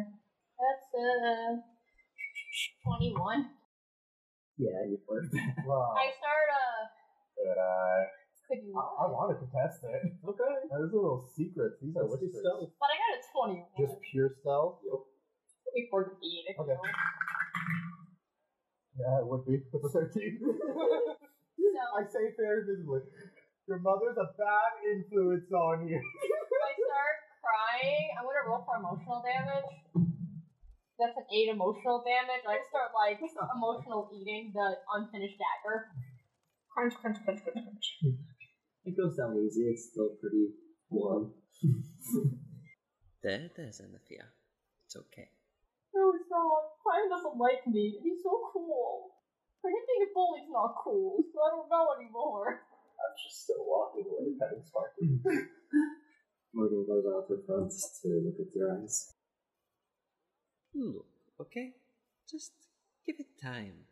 S2: That's, uh, 21.
S4: Yeah, you worked.
S3: *laughs* Wow.
S2: I start, uh,
S3: Good eye.
S2: could you
S3: I, I want to contest it.
S4: Okay.
S3: Those are little secrets. These are
S4: Let's do
S3: whispers.
S4: stealth.
S2: But I got a 21.
S3: Just pure stealth.
S2: before the beat. if you
S3: Okay.
S2: will.
S3: Yeah, it would be *laughs* with a thirteen. *laughs*
S2: So
S3: I say fair visibly. Your mother's a bad influence on you.
S2: if I start crying, I'm gonna roll for emotional damage. That's an eight emotional damage. I just start like emotional eating the unfinished dagger.
S5: Crunch, crunch, crunch, crunch, crunch.
S4: It goes down easy. It's still pretty
S3: *laughs*
S4: warm.
S6: There, there's Alethea. It's okay.
S2: No, Oh, it's not. Crying doesn't like me. He's so cool. For him being a bully's not cool, so I don't know anymore.
S3: I'm just still walking away, petting Sparky.
S4: *laughs* Morgan goes out to front to look at your eyes.
S6: Look, okay? Just give it time.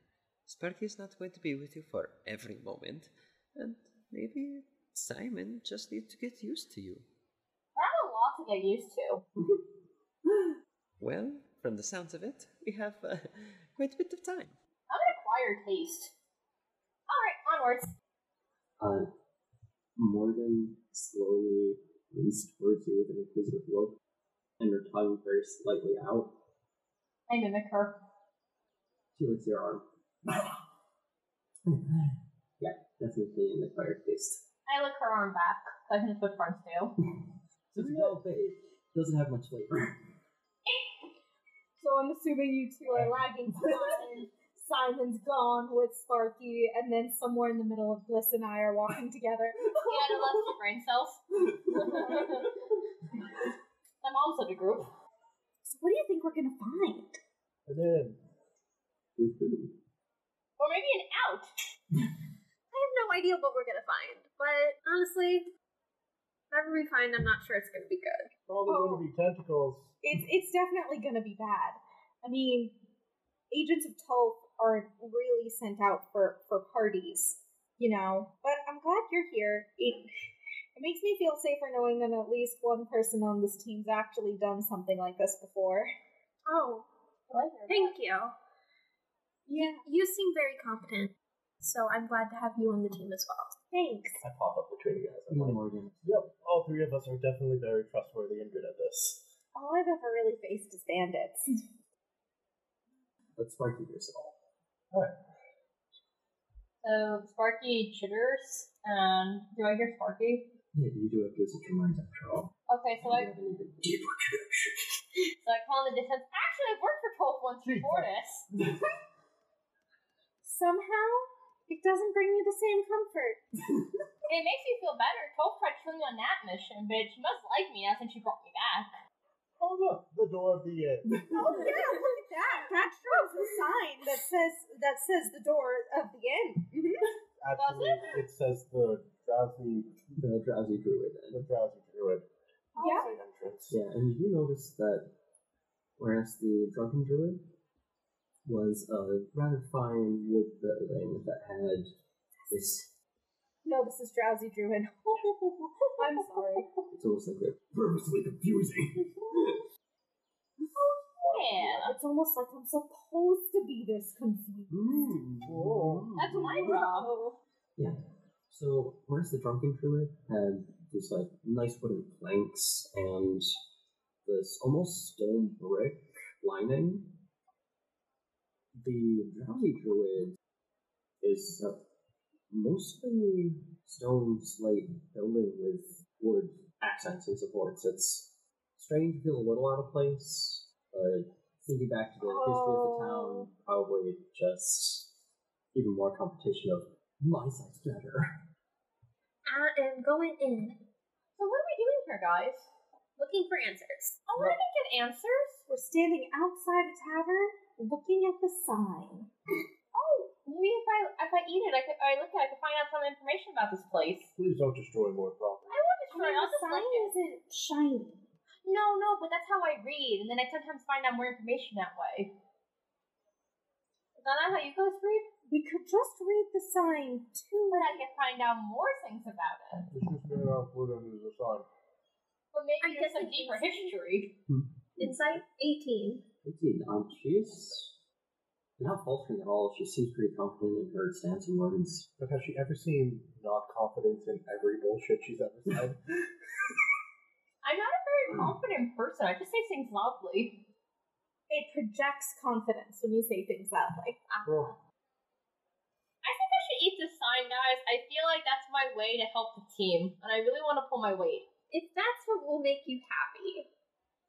S6: Sparky is not going to be with you for every moment, and maybe Simon just needs to get used to you.
S2: I have a lot to get used to.
S6: Well, from the sounds of it, we have uh, *laughs* quite a bit of time.
S2: I'm an acquired taste. Alright, onwards.
S4: Uh, Morgan slowly leans towards you with an inquisitive look, and her tongue very slightly out.
S2: I mimic her.
S4: She licks your arm. *laughs* yeah, definitely in the fire taste.
S2: I lick her arm back. I think that's what friends do.
S4: So it's well baked. Doesn't have much flavor.
S5: So I'm assuming you two are lagging
S3: *laughs*
S5: behind. Simon's gone with Sparky, and then somewhere in the middle of Bliss and I are
S11: *laughs*
S5: walking together.
S2: Yeah, no, that's the brain *laughs* cells. My mom's in a group.
S5: So what do you think we're gonna find?
S3: *laughs* And then
S4: With who?
S2: Or maybe an out.
S11: I have no idea what we're gonna find, but honestly, whatever we find, I'm not sure it's gonna be good.
S3: probably
S5: Oh.
S3: going to be tentacles.
S5: It's it's definitely gonna be bad. I mean, agents of Tulp aren't really sent out for for parties, you know. But I'm glad you're here. It It makes me feel safer knowing that at least one person on this team's actually done something like this before.
S7: Oh, thank you. Yeah. You seem very competent, so I'm glad to have you on the team as well.
S5: Thanks.
S3: I pop up between you guys. I'm
S4: You're
S3: like,
S4: Morgan.
S3: yep, all three of us are definitely very trustworthy and good at this.
S5: All I've ever really faced is bandits.
S4: Let's sparky yourself.
S2: So Sparky chitters. Um, do I hear Sparky?
S4: Yeah, you do have basic commands after all.
S2: Okay, so I
S4: You have an even deeper *laughs* connection.
S2: so I call in the distance. Actually, I've worked for Tolf once before this.
S5: Somehow, it doesn't bring me the same comfort.
S2: It makes me feel better. Tolf tried killing me on that mission, but she must like me now since she brought me back.
S3: Oh look, the door of the inn.
S5: Oh yeah, look at that. That shows the sign that says that says the door of the inn.
S2: Mm-hmm.
S3: Actually, it says the drowsy,
S4: The drowsy druid.
S3: the
S4: Then.
S3: drowsy druid.
S5: Yeah.
S3: Same entrance.
S4: Yeah, and you do notice that whereas the drunken druid was a rather fine wood building that had this
S5: No, this is drowsy druid. *laughs* I'm sorry.
S4: it's almost like they're purposely confusing.
S2: Yeah.
S5: It's almost like I'm supposed to be this confused.
S2: That's my job.
S4: Yeah. So whereas the drunken druid had these like nice wooden planks and this almost stone brick lining, the drowsy druid is a mostly stone slate building with wood accents and supports. It's strange, feels a little out of place. But thinking back to the history of the town, probably just even more competition of my side's better.
S7: I am going in
S2: So what are we doing here, guys?
S7: looking for answers.
S2: Oh, I didn't get answers.
S5: We're standing outside a tavern looking at the sign.
S2: Oh, maybe if I if I eat it, I could or I look at it, I could find out some information about this place.
S3: Please don't destroy more property.
S2: I want to
S5: I
S2: try.
S5: mean,
S2: I'll
S5: the
S2: just
S5: sign
S2: like it.
S5: isn't shiny.
S2: No, no, but that's how I read, and then I sometimes find out more information that way. Is that not how you guys read?
S5: We could just read the sign too.
S2: But I can find out more things about it.
S3: It's just made out of wood under the sun.
S2: But
S7: I'm
S2: maybe there's some
S7: guessing
S2: deeper
S7: it's-
S2: history.
S7: Insight 18.
S4: Indeed, um, she's not faltering at all. She seems pretty confident in her stance and words.
S3: But has she ever seen not confidence in every bullshit she's ever said?
S2: I'm not a very confident person. I just say things loudly.
S5: It projects confidence when you say things that way.
S2: Ah.
S3: Bro,
S2: I think I should eat this sign, guys. I feel like that's my way to help the team, and I really want to pull my weight.
S7: If that's what will make you happy.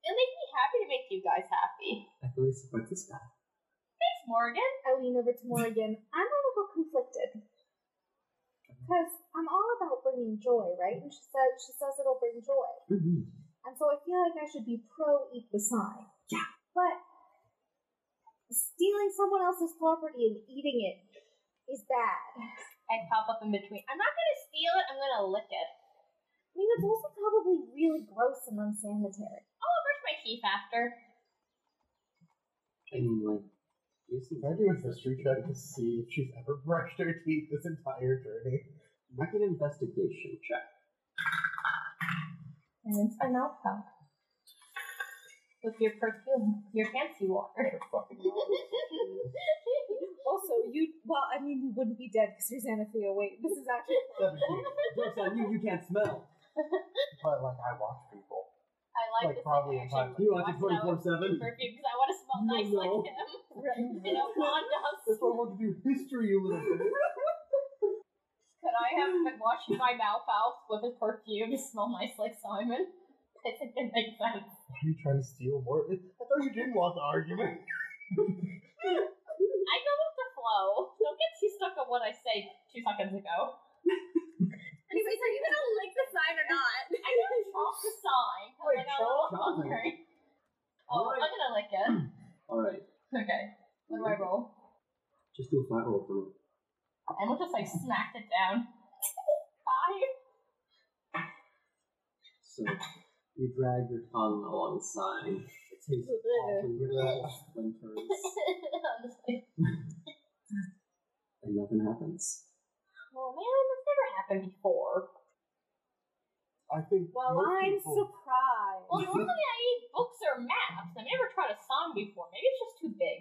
S2: It'll make me happy to make you guys happy.
S4: *laughs* I really support this guy.
S2: Thanks, Morgan.
S5: I lean over to Morgan. I'm a little conflicted because I'm all about bringing joy, right? And she said she says it'll bring joy,
S3: Mm-hmm.
S5: and so I feel like I should be pro eat the sign.
S4: Yeah.
S5: but stealing someone else's property and eating it is bad.
S2: I pop up in between. I'm not gonna steal it. I'm gonna lick it.
S5: I mean, it's also probably really gross and unsanitary.
S2: I'll brush my teeth after.
S4: I mean, like, you seem-
S3: can I do a history check to see if she's ever brushed her teeth this entire journey?
S4: Make an investigation check.
S2: And it's an outcome. With your perfume, your fancy water.
S3: Her fucking mouth.
S5: Also, you well, I mean, you wouldn't be dead because you're Xanathia. Wait, this is
S3: *laughs*
S5: actually *laughs*
S3: 17.
S4: Jokes on you, you can't smell.
S3: But like, I watch people.
S2: *laughs* I like,
S3: Like,
S2: this
S3: probably
S2: interaction.
S3: entirely.
S4: You watch it
S2: Watch that
S4: 24 7.
S2: perfume because I want to smell
S4: You
S2: nice
S4: know.
S2: like him. you know, blonde
S3: *laughs* That's
S2: us.
S3: why I wanted to do history, you little bit.
S2: *laughs* Could I have been washing my mouth out with his perfume to smell nice like Simon? *laughs* It didn't make sense.
S3: Why are you trying to steal more? I thought you didn't want the argument. *laughs*
S2: I go with the flow. Don't get too stuck on what I say two seconds ago.
S7: Anyways, are you gonna lick the sign or not?
S2: I gotta chalk the sign. 'cause I
S3: Wait,
S2: got a little
S4: chalk?
S2: hungry. Oh, I'm gonna lick it.
S4: Alright,
S2: Okay. What do I roll?
S4: just do a flat roll for me.
S2: And we'll just like smack it down. *laughs* Five. *laughs*
S4: So, you drag your tongue along the sign. It tastes awful. You get little splinters,
S2: Honestly.
S4: *laughs* and nothing happens.
S2: Oh man, that's never happened before.
S3: I think.
S5: Well,
S3: most
S5: I'm
S3: people-
S5: surprised.
S2: Well, normally I eat books or maps. I've never tried a song before. Maybe it's just too big.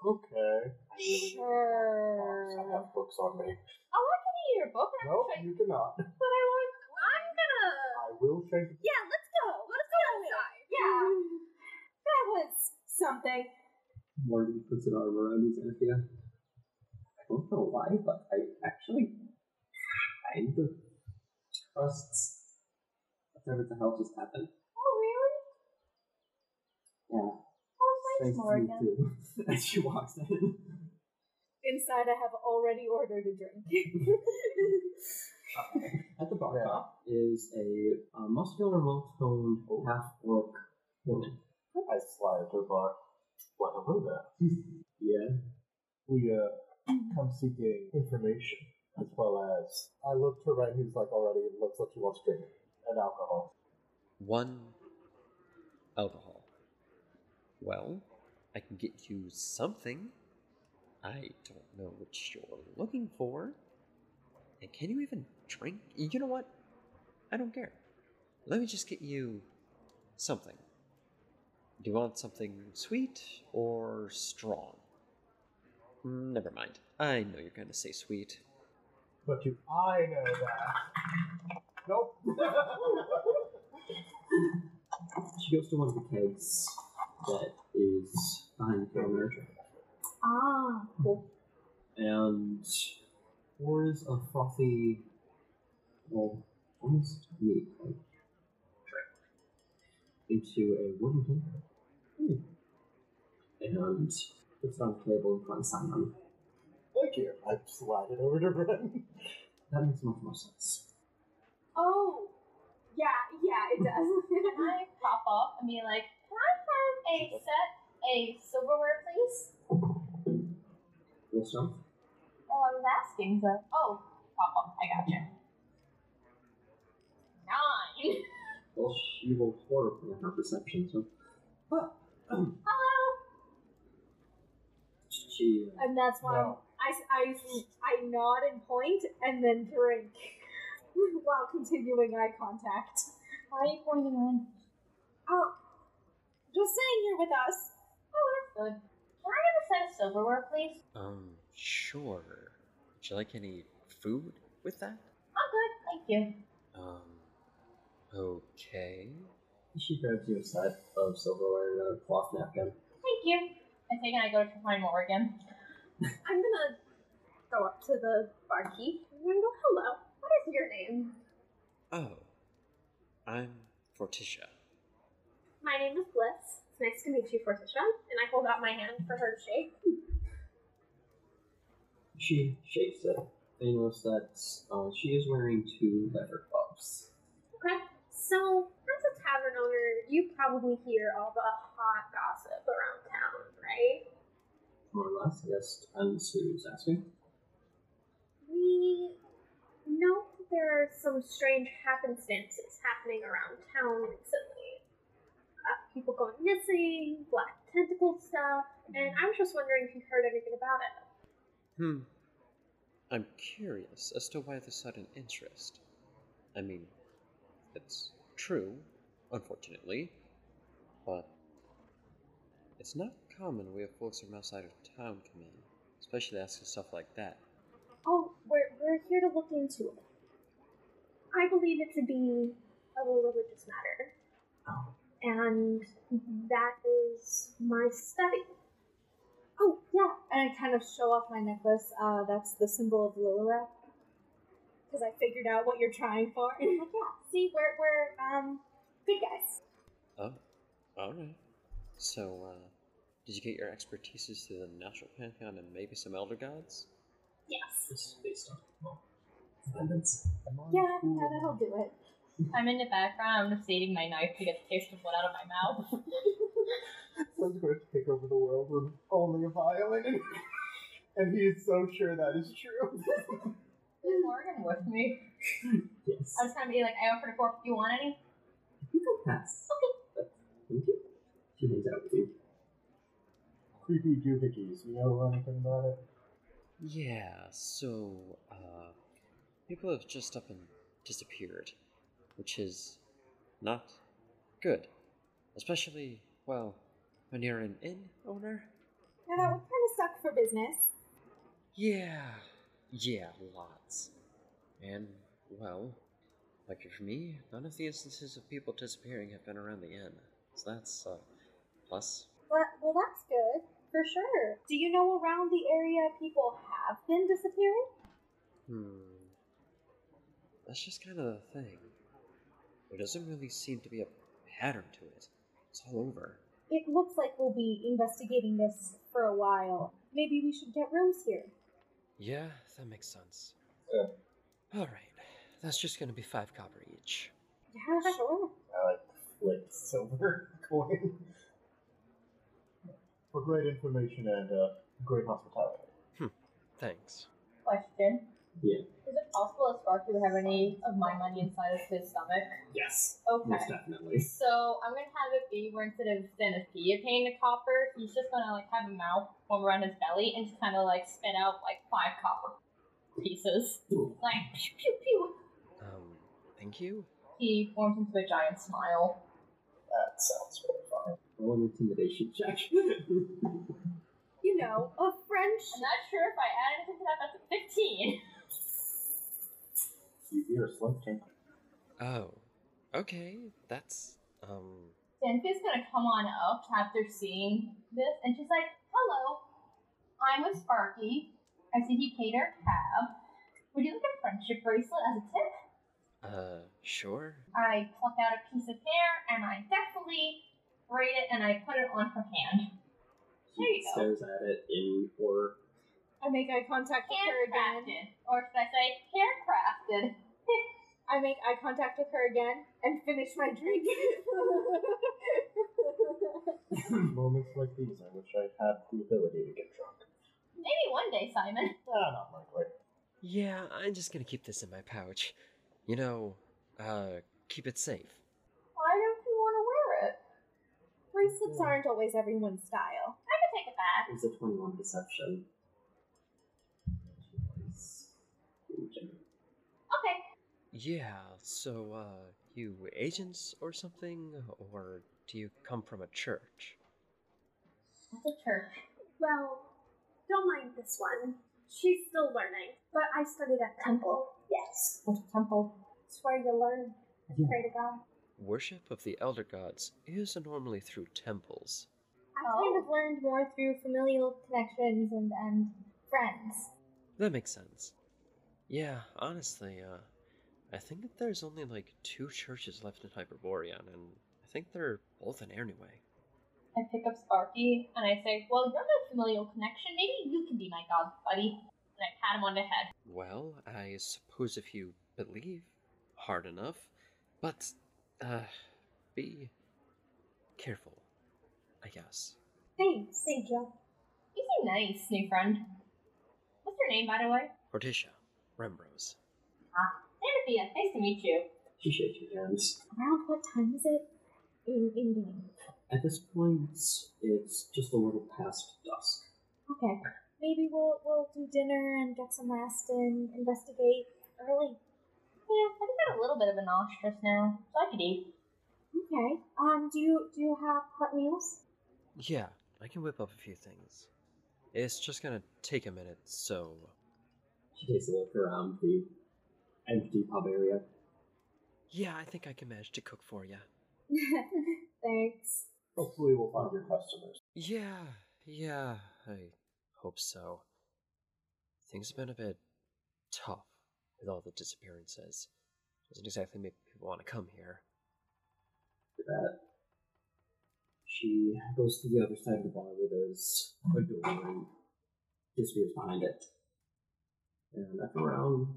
S3: Okay. Box. I
S5: Sure.
S3: have books on me.
S2: Oh, I can eat your book. I
S3: No,
S2: can try-
S3: you cannot.
S2: but I want.
S7: I'm gonna.
S3: I will change.
S12: Yeah, let's go.
S7: Let's go inside.
S12: Yeah, that was something.
S4: Morty puts an arm around his neck, yeah. I don't know why, but I actually kind of trust whatever the hell just happened.
S2: Oh, really?
S4: Yeah.
S2: Oh, thanks,
S4: to you
S2: Morgan.
S4: too. *laughs* As she walks in.
S5: Inside, I have already ordered a drink.
S4: At the bar
S3: Yeah.
S4: top is a, uh muscular, well-toned half-orc woman.
S3: Oh. I slide to the bar. What hello there.
S4: *laughs* Yeah.
S3: We uh, come seeking information as well as I look to right who's like already looks like she wants drink and alcohol.
S6: One alcohol. Well, I can get you something. I don't know what you're looking for. And can you even drink? You know what? I don't care. Let me just get you something. Do you want something sweet or strong? Mm, Never mind. I know you're going to say sweet.
S3: But do I know that? Nope. *laughs*
S4: She goes to one of the kegs that is behind the counter,
S5: ah, cool.
S4: and pours a frothy, well, almost meat like drink into a wooden container. And puts it on the table in front of Simon.
S3: Thank you. I slide it over to Bren.
S4: That makes much more sense.
S12: Oh, yeah, yeah, it does.
S2: Can I pop up and be like, can I have a set, a silverware, please?
S4: Yourself?
S2: Oh, I was asking, so. Oh, pop up. I gotcha. Nine. *laughs*
S4: Well, she will horribly on her perception, so.
S2: Hello.
S4: *clears throat* She. uh,
S12: and that's why
S3: No.
S12: I, I, I nod and point and then
S7: *laughs*
S12: drink while continuing eye contact.
S2: Why are you pointing in?
S12: Oh, just sitting here with us.
S7: Oh,
S2: Good. Can I have a set of silverware, please?
S6: Um, sure. Would you like any food with that?
S2: I'm good, thank you.
S6: Um, okay.
S4: She grabs you a set of silverware and a cloth napkin.
S2: Thank you. I think I go to find Morgan.
S7: I'm gonna go up to the barkeep and go, hello, what is your name?
S6: Oh, I'm Forticia.
S7: My name is Bliss. It's nice to meet you, Forticia. And I hold out my hand for her to shake.
S4: She shakes it. They notice that uh, she is wearing two leather cups.
S7: Okay. So, as a tavern owner, you probably hear all the hot gossip around town, right?
S4: More or less, I guess, depends who's asking.
S7: We know that there are some strange happenstances happening around town recently. Uh, people going missing, black tentacle stuff, and I was just wondering if you heard anything about it.
S6: Hmm. I'm curious as to why the sudden interest. I mean, it's true, unfortunately, but it's not common where folks from outside of town come in, especially asking stuff like that.
S12: Oh, we're, we're here to look into it.
S7: I believe it to be a religious matter,
S4: Oh.
S7: and that is my study.
S5: Oh, yeah. And I kind of show off my necklace. Uh, that's the symbol of Lilirath. Because I figured out what you're trying for. *laughs* And I'm like, yeah, see, we're, we're um, good guys.
S6: Oh, alright. So, uh, did you get your expertises through the natural pantheon and maybe some elder gods?
S7: Yes.
S4: This is based on well, abundance.
S5: Yeah, yeah,
S3: *laughs*
S5: that'll do it.
S2: I'm in the background, I'm just eating my knife to get the taste of blood out of my mouth. *laughs*
S3: Son's going to take over the world with only a violin, and he is so sure that is true.
S2: Is Morgan with me?
S4: Yes.
S2: I was trying to be like, I offered a fork. Do you want any?
S4: You can pass. Okay. Thank you. She hangs out with you.
S3: Creepy doohickeys. You know anything about it?
S6: Yeah, so, uh, people have just up and disappeared. which is not good. Especially, well, when you're an inn owner?
S5: Now that would kind of suck for business.
S6: Yeah, yeah, lots. And, well, lucky for me, none of the instances of people disappearing have been around the inn. So that's uh, plus.
S5: But, well, that's good, for sure. Do you know around the area people have been disappearing?
S6: Hmm. That's just kind of the thing. There doesn't really seem to be a pattern to it. It's all over.
S5: It looks like we'll be investigating this for a while. Maybe we should get Rose here.
S6: Yeah, that makes sense.
S3: Yeah.
S6: All right, that's just gonna be five copper each.
S5: Yeah, *laughs* sure.
S3: I like flick
S4: *laughs*
S3: silver coin. For great information and uh, great hospitality.
S6: Thanks.
S2: Question.
S4: Yeah.
S2: Is it possible that Sparky would have any of my money inside of his stomach?
S4: Yes, most
S2: Okay.
S4: definitely.
S2: So I'm gonna have it be where instead of Xenophia paying the copper, he's just gonna like have a mouth form around his belly and just kind of like spit out like five copper pieces. Like *laughs* pew pew pew.
S6: Um, thank you.
S2: He forms into a giant smile.
S3: That sounds really fun.
S4: Roll an intimidation check. *laughs*
S5: You know, a French.
S2: I'm not sure if I added anything to that. That's a 15.
S3: You- You're a slim kid.
S6: Oh, okay. That's um.
S2: Cynthia's gonna come on up after seeing this, and she's like, "Hello, I'm with Sparky. I see he paid our cab. Would you like a friendship bracelet as a tip?"
S6: Uh, sure.
S2: I pluck out a piece of hair and I deftly braid it and I put it on her hand. There you
S4: He
S2: go.
S4: stares at it in horror.
S5: I make eye contact with her again.
S2: Handcrafted. Or should I say, haircrafted.
S5: I make eye contact with her again and finish my
S2: *laughs*
S5: drink.
S3: *laughs* Moments like these, I wish I had the ability to get drunk.
S2: Maybe one day, Simon.
S3: Ah, not likely.
S6: Yeah, I'm just gonna keep this in my pouch. You know, uh, keep it safe.
S2: Why don't you want to wear it?
S5: Bracelets aren't always everyone's style.
S2: I can take it back.
S4: It's a 21 deception.
S2: Okay.
S6: Yeah. So, uh, you agents or something, or do you come from a church?
S2: That's a church.
S7: Well, don't mind this one. She's still learning, but I studied at temple. Yes.
S5: What's a temple?
S7: It's where you learn. Pray to God.
S6: Worship of the elder gods is normally through temples.
S5: I kind of learned more through familial connections and, and friends.
S6: That makes sense. Yeah, honestly, uh, I think that there's only like two churches left in Hyperborean, and I think they're both in Erneway.
S2: I pick up Sparky and I say, Well, you're my familial connection. Maybe you can be my god buddy. And I pat him on the head.
S6: Well, I suppose if you believe hard enough, but, uh, be careful, I guess.
S5: Thanks.
S7: Thank you.
S2: You seem nice, new friend. What's your name, by the way?
S6: Horticia, Rembrose.
S2: Xanathia. Nice to meet you.
S4: She shakes her hands.
S5: Around what time is it in England?
S4: At this point, it's just a little past dusk.
S5: Okay. Maybe we'll we'll do dinner and get some rest and investigate early.
S2: Yeah, I've got a little bit of a nosh just now, so I could eat.
S5: Okay. Um. Do you do you have hot *laughs* meals?
S6: Yeah, I can whip up a few things. It's just gonna take a minute, so.
S4: She takes a look around the empty pub area.
S6: Yeah, I think I can manage to cook for you.
S5: Thanks.
S3: Hopefully, we'll find your customers.
S6: Yeah, yeah, I hope so. Things have been a bit tough with all the disappearances. Doesn't exactly make people want to come here.
S4: After that, she goes to the other side of the bar where there's a door and disappears behind it. And after around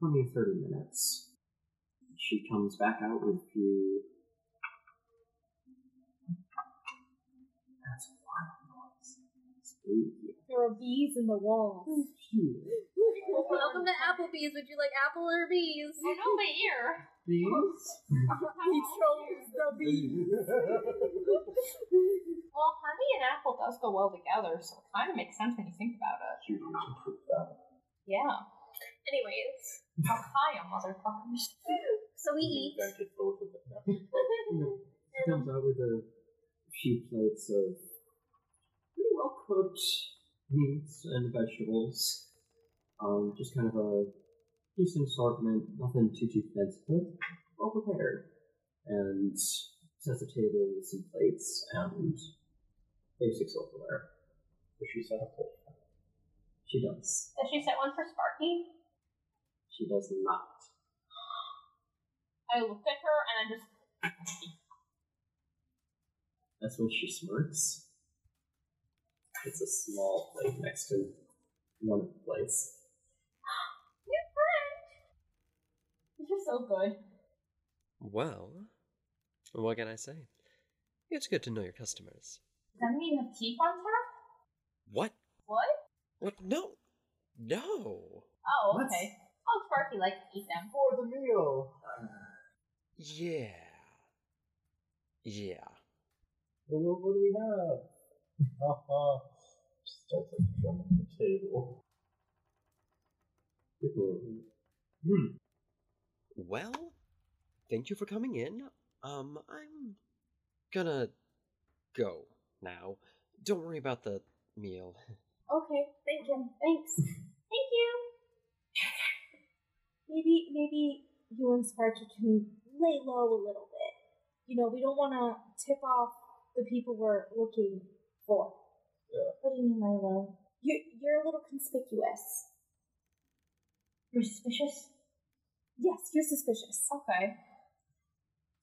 S4: 20 or 30 minutes, she comes back out with you. That's a wild noise. It's spooky.
S5: There are bees in the walls.
S12: Welcome to Applebee's. Would you like apple or bees?
S2: An over ear.
S12: He chose the
S2: Well, honey and apple does go well together, so it kind of makes sense when you think about it.
S3: Shoot, you should prove that.
S2: Yeah.
S7: Anyways,
S2: Papaya, motherfuckers.
S7: So we
S2: *laughs*
S7: eat.
S3: invented both of them. No, both.
S4: He comes out with a few plates of pretty well cooked meats and vegetables. Um, just kind of a decent assortment, nothing too too fancy, but well prepared. And sets a table with some plates and basic silverware.
S3: But she set up the-
S4: She does.
S2: Does she set one for Sparky?
S4: She does not.
S2: I looked at her and I'm just *laughs*
S4: That's when she smirks. It's a small plate next to one of the plates.
S2: You're French. You're so good.
S6: Well, what can I say? It's good to know your customers.
S2: Does that mean you have teeth on tap?
S6: What?
S2: What?
S6: What? No. No.
S2: Oh,
S3: What?
S2: okay. Oh, Sparky likes to eat them.
S3: for the meal.
S6: Yeah. Yeah.
S3: Well, what, what do we have? Haha. Starts like drumming the table.
S4: People
S6: Well, thank you for coming in. Um, I'm gonna go now. Don't worry about the meal. *sighs*
S7: Okay, thank you. Thanks. thank you.
S5: *laughs* Maybe, maybe you and Sparky can lay low a little bit. You know, we don't want to tip off the people we're looking for.
S3: Yeah.
S5: What do you mean lay low? You're, you're a little conspicuous.
S2: You're suspicious?
S5: Yes, you're suspicious.
S2: Okay.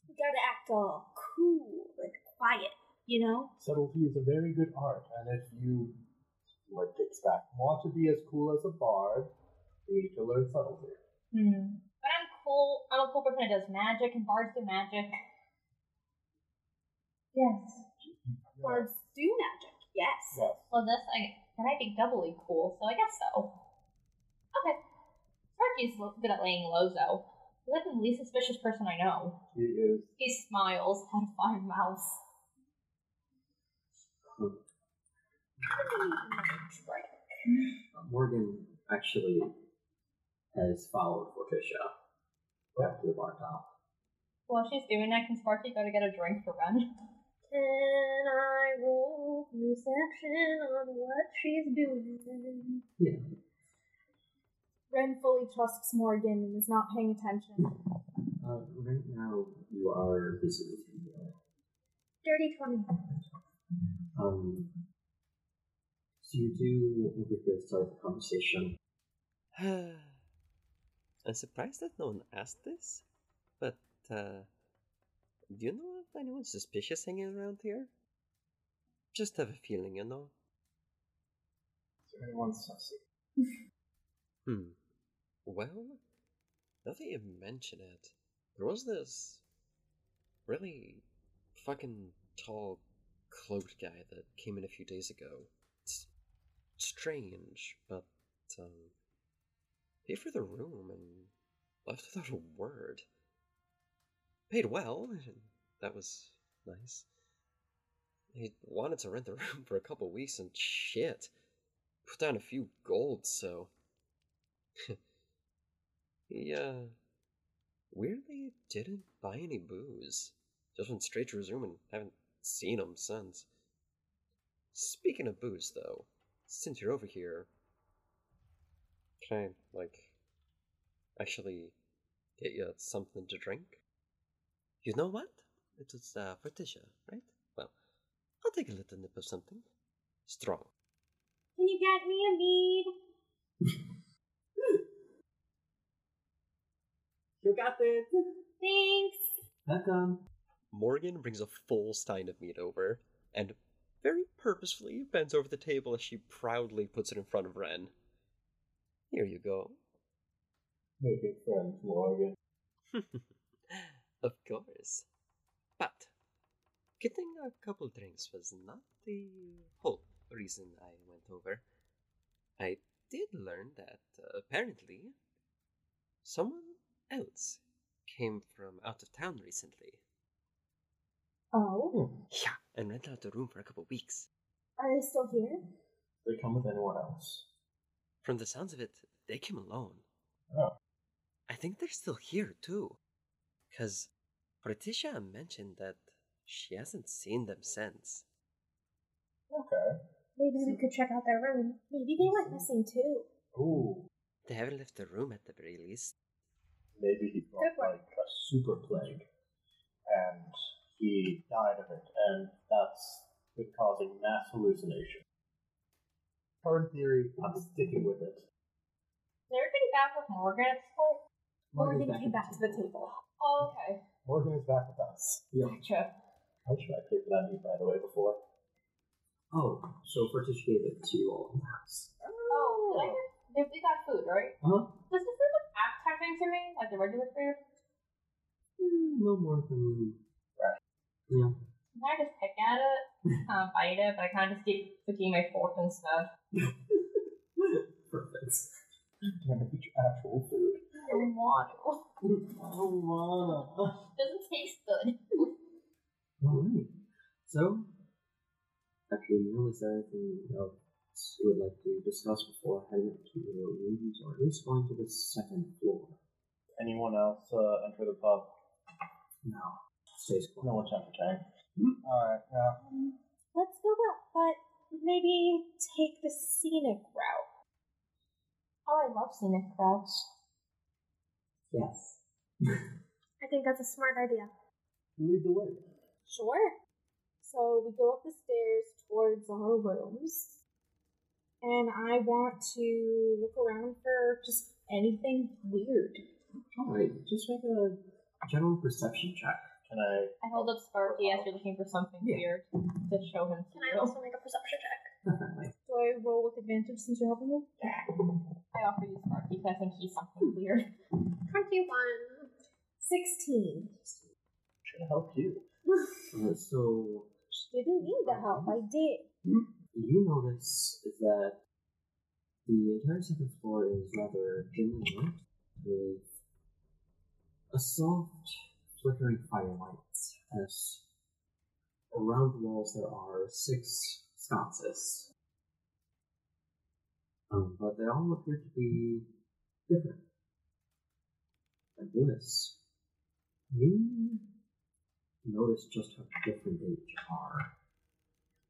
S5: You gotta act all cool and quiet, you know?
S3: Subtlety is a very good art, and if you, like Dick's back, want to be as cool as a bard, you need to learn subtlety.
S2: Hmm. But I'm cool. I'm a cool person that does magic and bards do magic. Yes.
S5: Bards do magic, yes.
S3: Yes.
S2: Well, this I then I'd be doubly cool, so I guess so. Okay. Sparky's l- good at laying low, though. He's like the least suspicious person I know.
S3: He is.
S2: He smiles, *laughs* had a fine mouth. Hmm.
S3: uh,
S4: Morgan actually has followed Letitia back to the bar top.
S2: While she's doing that, can Sparky go to get a drink for Ben?
S7: Can I roll perception on what she's doing?
S4: Yeah.
S5: Ren fully trusts Morgan and is not paying attention.
S4: Uh, right now, you are busy with him. though.
S7: Dirty 20.
S4: Um, so you do over here start the conversation.
S6: I'm surprised that no one asked this, but uh, do you know of anyone suspicious hanging around here? Just have a feeling, you know.
S3: Is there anyone sussy?
S6: Hmm. Well, now that you mention it, there was this really fucking tall, cloaked guy that came in a few days ago. It's strange, but um, paid for the room and left without a word. Paid well, and that was nice. He wanted to rent the *laughs* room for a couple weeks and shit. Put down a few gold, so. *laughs* He, uh, weirdly didn't buy any booze. Just went straight to his room and haven't seen him since. Speaking of booze, though, since you're over here, can I, like, actually get you something to drink? You know what? It was, uh, Verticia, right? Well, I'll take a little nip of something. Strong.
S7: Can you get me a mead?
S4: You got it!
S7: Thanks.
S4: Welcome!
S6: Morgan brings a full stein of meat over and very purposefully bends over the table as she proudly puts it in front of Ren. Here you go.
S3: Making friends, Morgan.
S6: of course. But getting a couple drinks was not the whole reason I went over. I did learn that uh, apparently someone else came from out of town recently.
S5: Oh,
S6: Yeah, and rented out the room for a couple weeks.
S5: are they still here?
S3: They come with anyone else.
S6: From the sounds of it, they came alone.
S3: Oh.
S6: I think they're still here too. Because Patricia mentioned that she hasn't seen them since.
S3: Okay.
S7: Maybe we could check out their room.
S5: Maybe they went missing too.
S3: Ooh,
S6: They haven't left the room at the very least.
S3: maybe he
S7: Good
S3: brought
S7: one.
S3: like a super plague, and he died of it, and that's been causing mass hallucination. Current theory, I'm sticking with it.
S2: Is everybody back with Morgan at this point?
S4: Morgan's
S5: Morgan came back to the table.
S2: Oh, okay.
S3: Morgan is back with us.
S4: Yeah.
S2: Gotcha.
S3: How should I pick that by the way before?
S4: Oh, so British gave it to you all in the house.
S2: Oh, did I get- did we got food, right?
S4: Huh?
S2: Does the food look appetizing to me? Like the regular food?
S4: Mm, no more than.
S3: Right.
S4: Yeah.
S2: Can I just pick at it? kind of bite it, but I kind of just keep flicking my fork and stuff.
S4: *laughs* Perfect.
S3: Can I eat your actual food?
S4: *laughs*
S2: I don't want to.
S4: Alright.
S2: *laughs* Doesn't taste good.
S4: So, after your meal, is there anything else you would like to discuss before heading up to your rooms or at least going to the second floor?
S3: Anyone else uh, enter the pub?
S4: No. Stays quiet. Hmm?
S3: No one's entertained. Alright, yeah.
S5: Let's go up, but maybe take the scenic route. Oh, I love scenic routes.
S4: Yes.
S7: I think that's a smart idea.
S3: Lead the way.
S5: Sure. So we go up the stairs towards our rooms, and I want to look around for just anything weird.
S4: Alright, just make a general perception check.
S3: Can I
S2: I hold up Sparky as you're looking for something
S4: Yeah.
S2: weird to show him.
S7: Can I also make a perception check?
S4: Definitely.
S5: Do I roll with advantage since you're helping me?
S2: I offer you Sparky because I think he's something weird.
S7: 21.
S5: 16.
S3: should I help you?
S4: Uh, so,
S5: She didn't need the help. I did.
S4: you notice that the entire second floor is rather dimly lit with a soft flickering firelight as around the walls there are six sconces. Um, but they all appear to be different. Like this. You notice just how different they each are.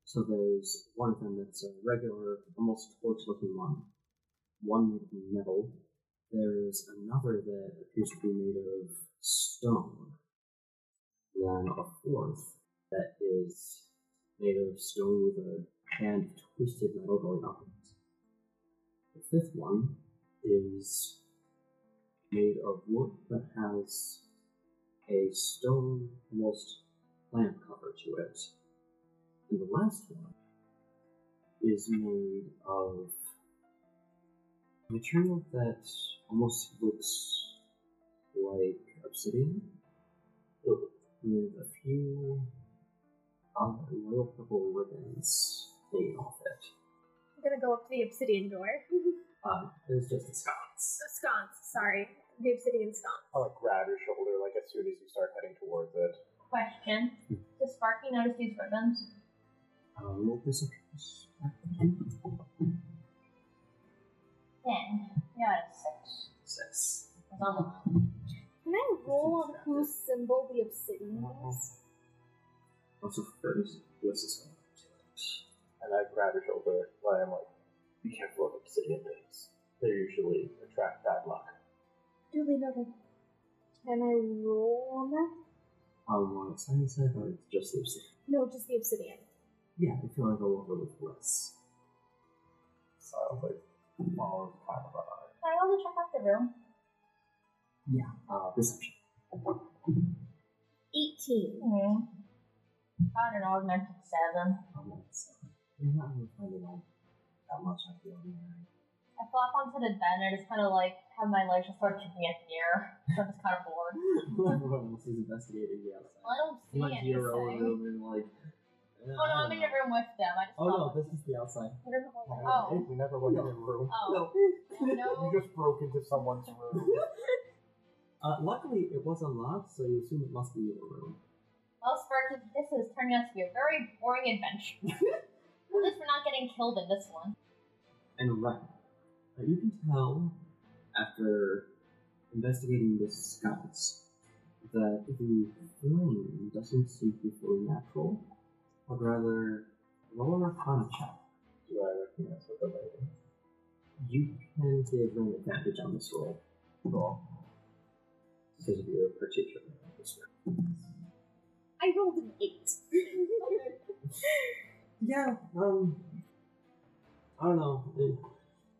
S4: So there's one of them that's a regular, almost torch-looking one. One made of metal. There's another that appears to be made of stone. Then a fourth that is made of stone with a band of twisted metal going up it. The fifth one is made of wood but has a stone, almost lamp cover to it. And the last one is made of material that almost looks like obsidian, but with a few uh, royal purple ribbons hanging off it.
S7: I'm gonna go up to the obsidian door.
S5: Mm-hmm.
S4: Uh, it's just a sconce.
S7: The sconce, sorry. The obsidian sconce.
S3: I'll like, grab your shoulder like as soon as you start heading towards it.
S2: Question. Does Sparky notice these ribbons?
S4: Uh, roll perceptions.
S2: Ten. Yeah, it's six.
S4: Six.
S2: It's almost.
S5: Can I roll on whose symbol the obsidian is?
S4: Also, first, what's this going to it?
S3: And I grab your shoulder while I'm like, be careful of obsidian things. They usually attract bad luck.
S7: Duly noted.
S5: Can I roll on that?
S4: Um, on its side, side, or it's just the obsidian?
S5: No, just the obsidian.
S4: Yeah, I feel like I'll over with less.
S3: So I was like, follow the path of our eye.
S2: Can I also check out the room?
S4: Yeah, uh, perception.
S5: 18.
S2: Hmm. I don't know, I was meant to seven.
S4: on that side. You're not really finding out that much of the *laughs* ordinary.
S2: I flop onto the bed and I just kind of like have my legs just start kicking at the air. So I'm just kind of bored.
S4: Everyone else is investigating the outside.
S2: I don't see
S4: You went to
S2: anything.
S4: your own
S2: Oh
S4: room and like. eh,
S2: no,
S4: I
S2: I'm
S4: don't
S2: in a
S4: know.
S2: room with them. I just
S4: Oh no,
S2: thought-
S4: this is the outside.
S2: Um, Oh.
S3: We never went
S4: No.
S3: in your room.
S2: Oh. *laughs*
S3: You just broke into someone's room.
S4: *laughs* Uh, luckily, it was unlocked, so you assume it must be your room.
S2: Well, Sparky, this is turning out to be a very boring adventure. *laughs* At least we're not getting killed in this one.
S4: and right. Now, you can tell after investigating the sconce that the flame doesn't seem to be fully natural, but rather roll an arcana check.
S3: Do I recognize what the light is?
S4: You can give an advantage on this roll. Roll. Because of your particular concern.
S5: I rolled an
S12: *laughs*
S5: eight.
S4: Yeah, um, I don't know. It-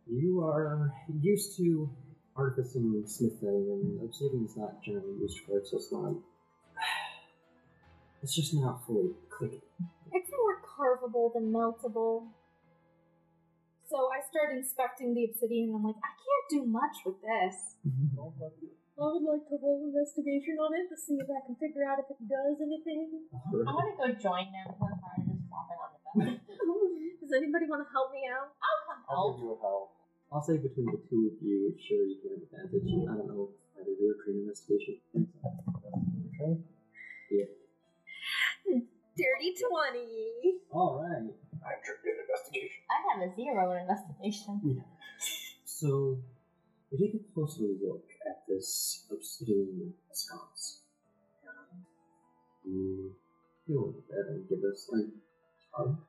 S4: you are used to artificing and smithing, and obsidian is not generally used for it, so it's not. *sighs* It's just not fully clicking.
S5: It's more carvable than meltable. So I start inspecting the obsidian and I'm like, I can't do much with this.
S3: Mm-hmm.
S12: I would like to roll investigation on it to see if I can figure out if it does anything.
S2: I'm gonna go join them when I'm just flopping on the bed.
S12: *laughs* Does anybody want to help me out?
S2: I'll come
S3: I'll
S2: help.
S3: give you a help.
S4: *laughs* I'll say between the two of you, sure you can have advantage. I don't know if either of you are trained in investigation.
S3: Okay.
S12: Dirty 20.
S4: Alright.
S3: I'm tricked in investigation.
S2: I have a zero in investigation.
S4: So, we take a closer look at this obsidian sconce. Um, You feel it a bit and give us like tug.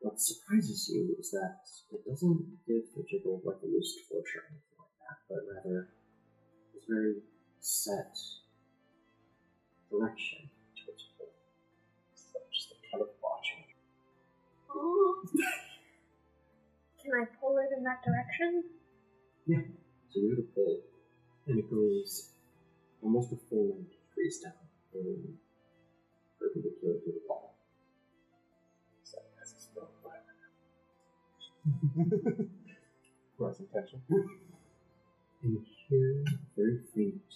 S4: What surprises you is that it doesn't give the jiggle like a loose torture or anything like that, but rather this very set direction towards the pole.
S3: So I'm just like kind of watching.
S7: Can I pull it in that direction?
S4: So you hit a pole, and it goes almost a full 90 degrees down and perpendicular to the wall.
S3: So I guess it's not *laughs* Rising tension.
S4: And you hear very faint.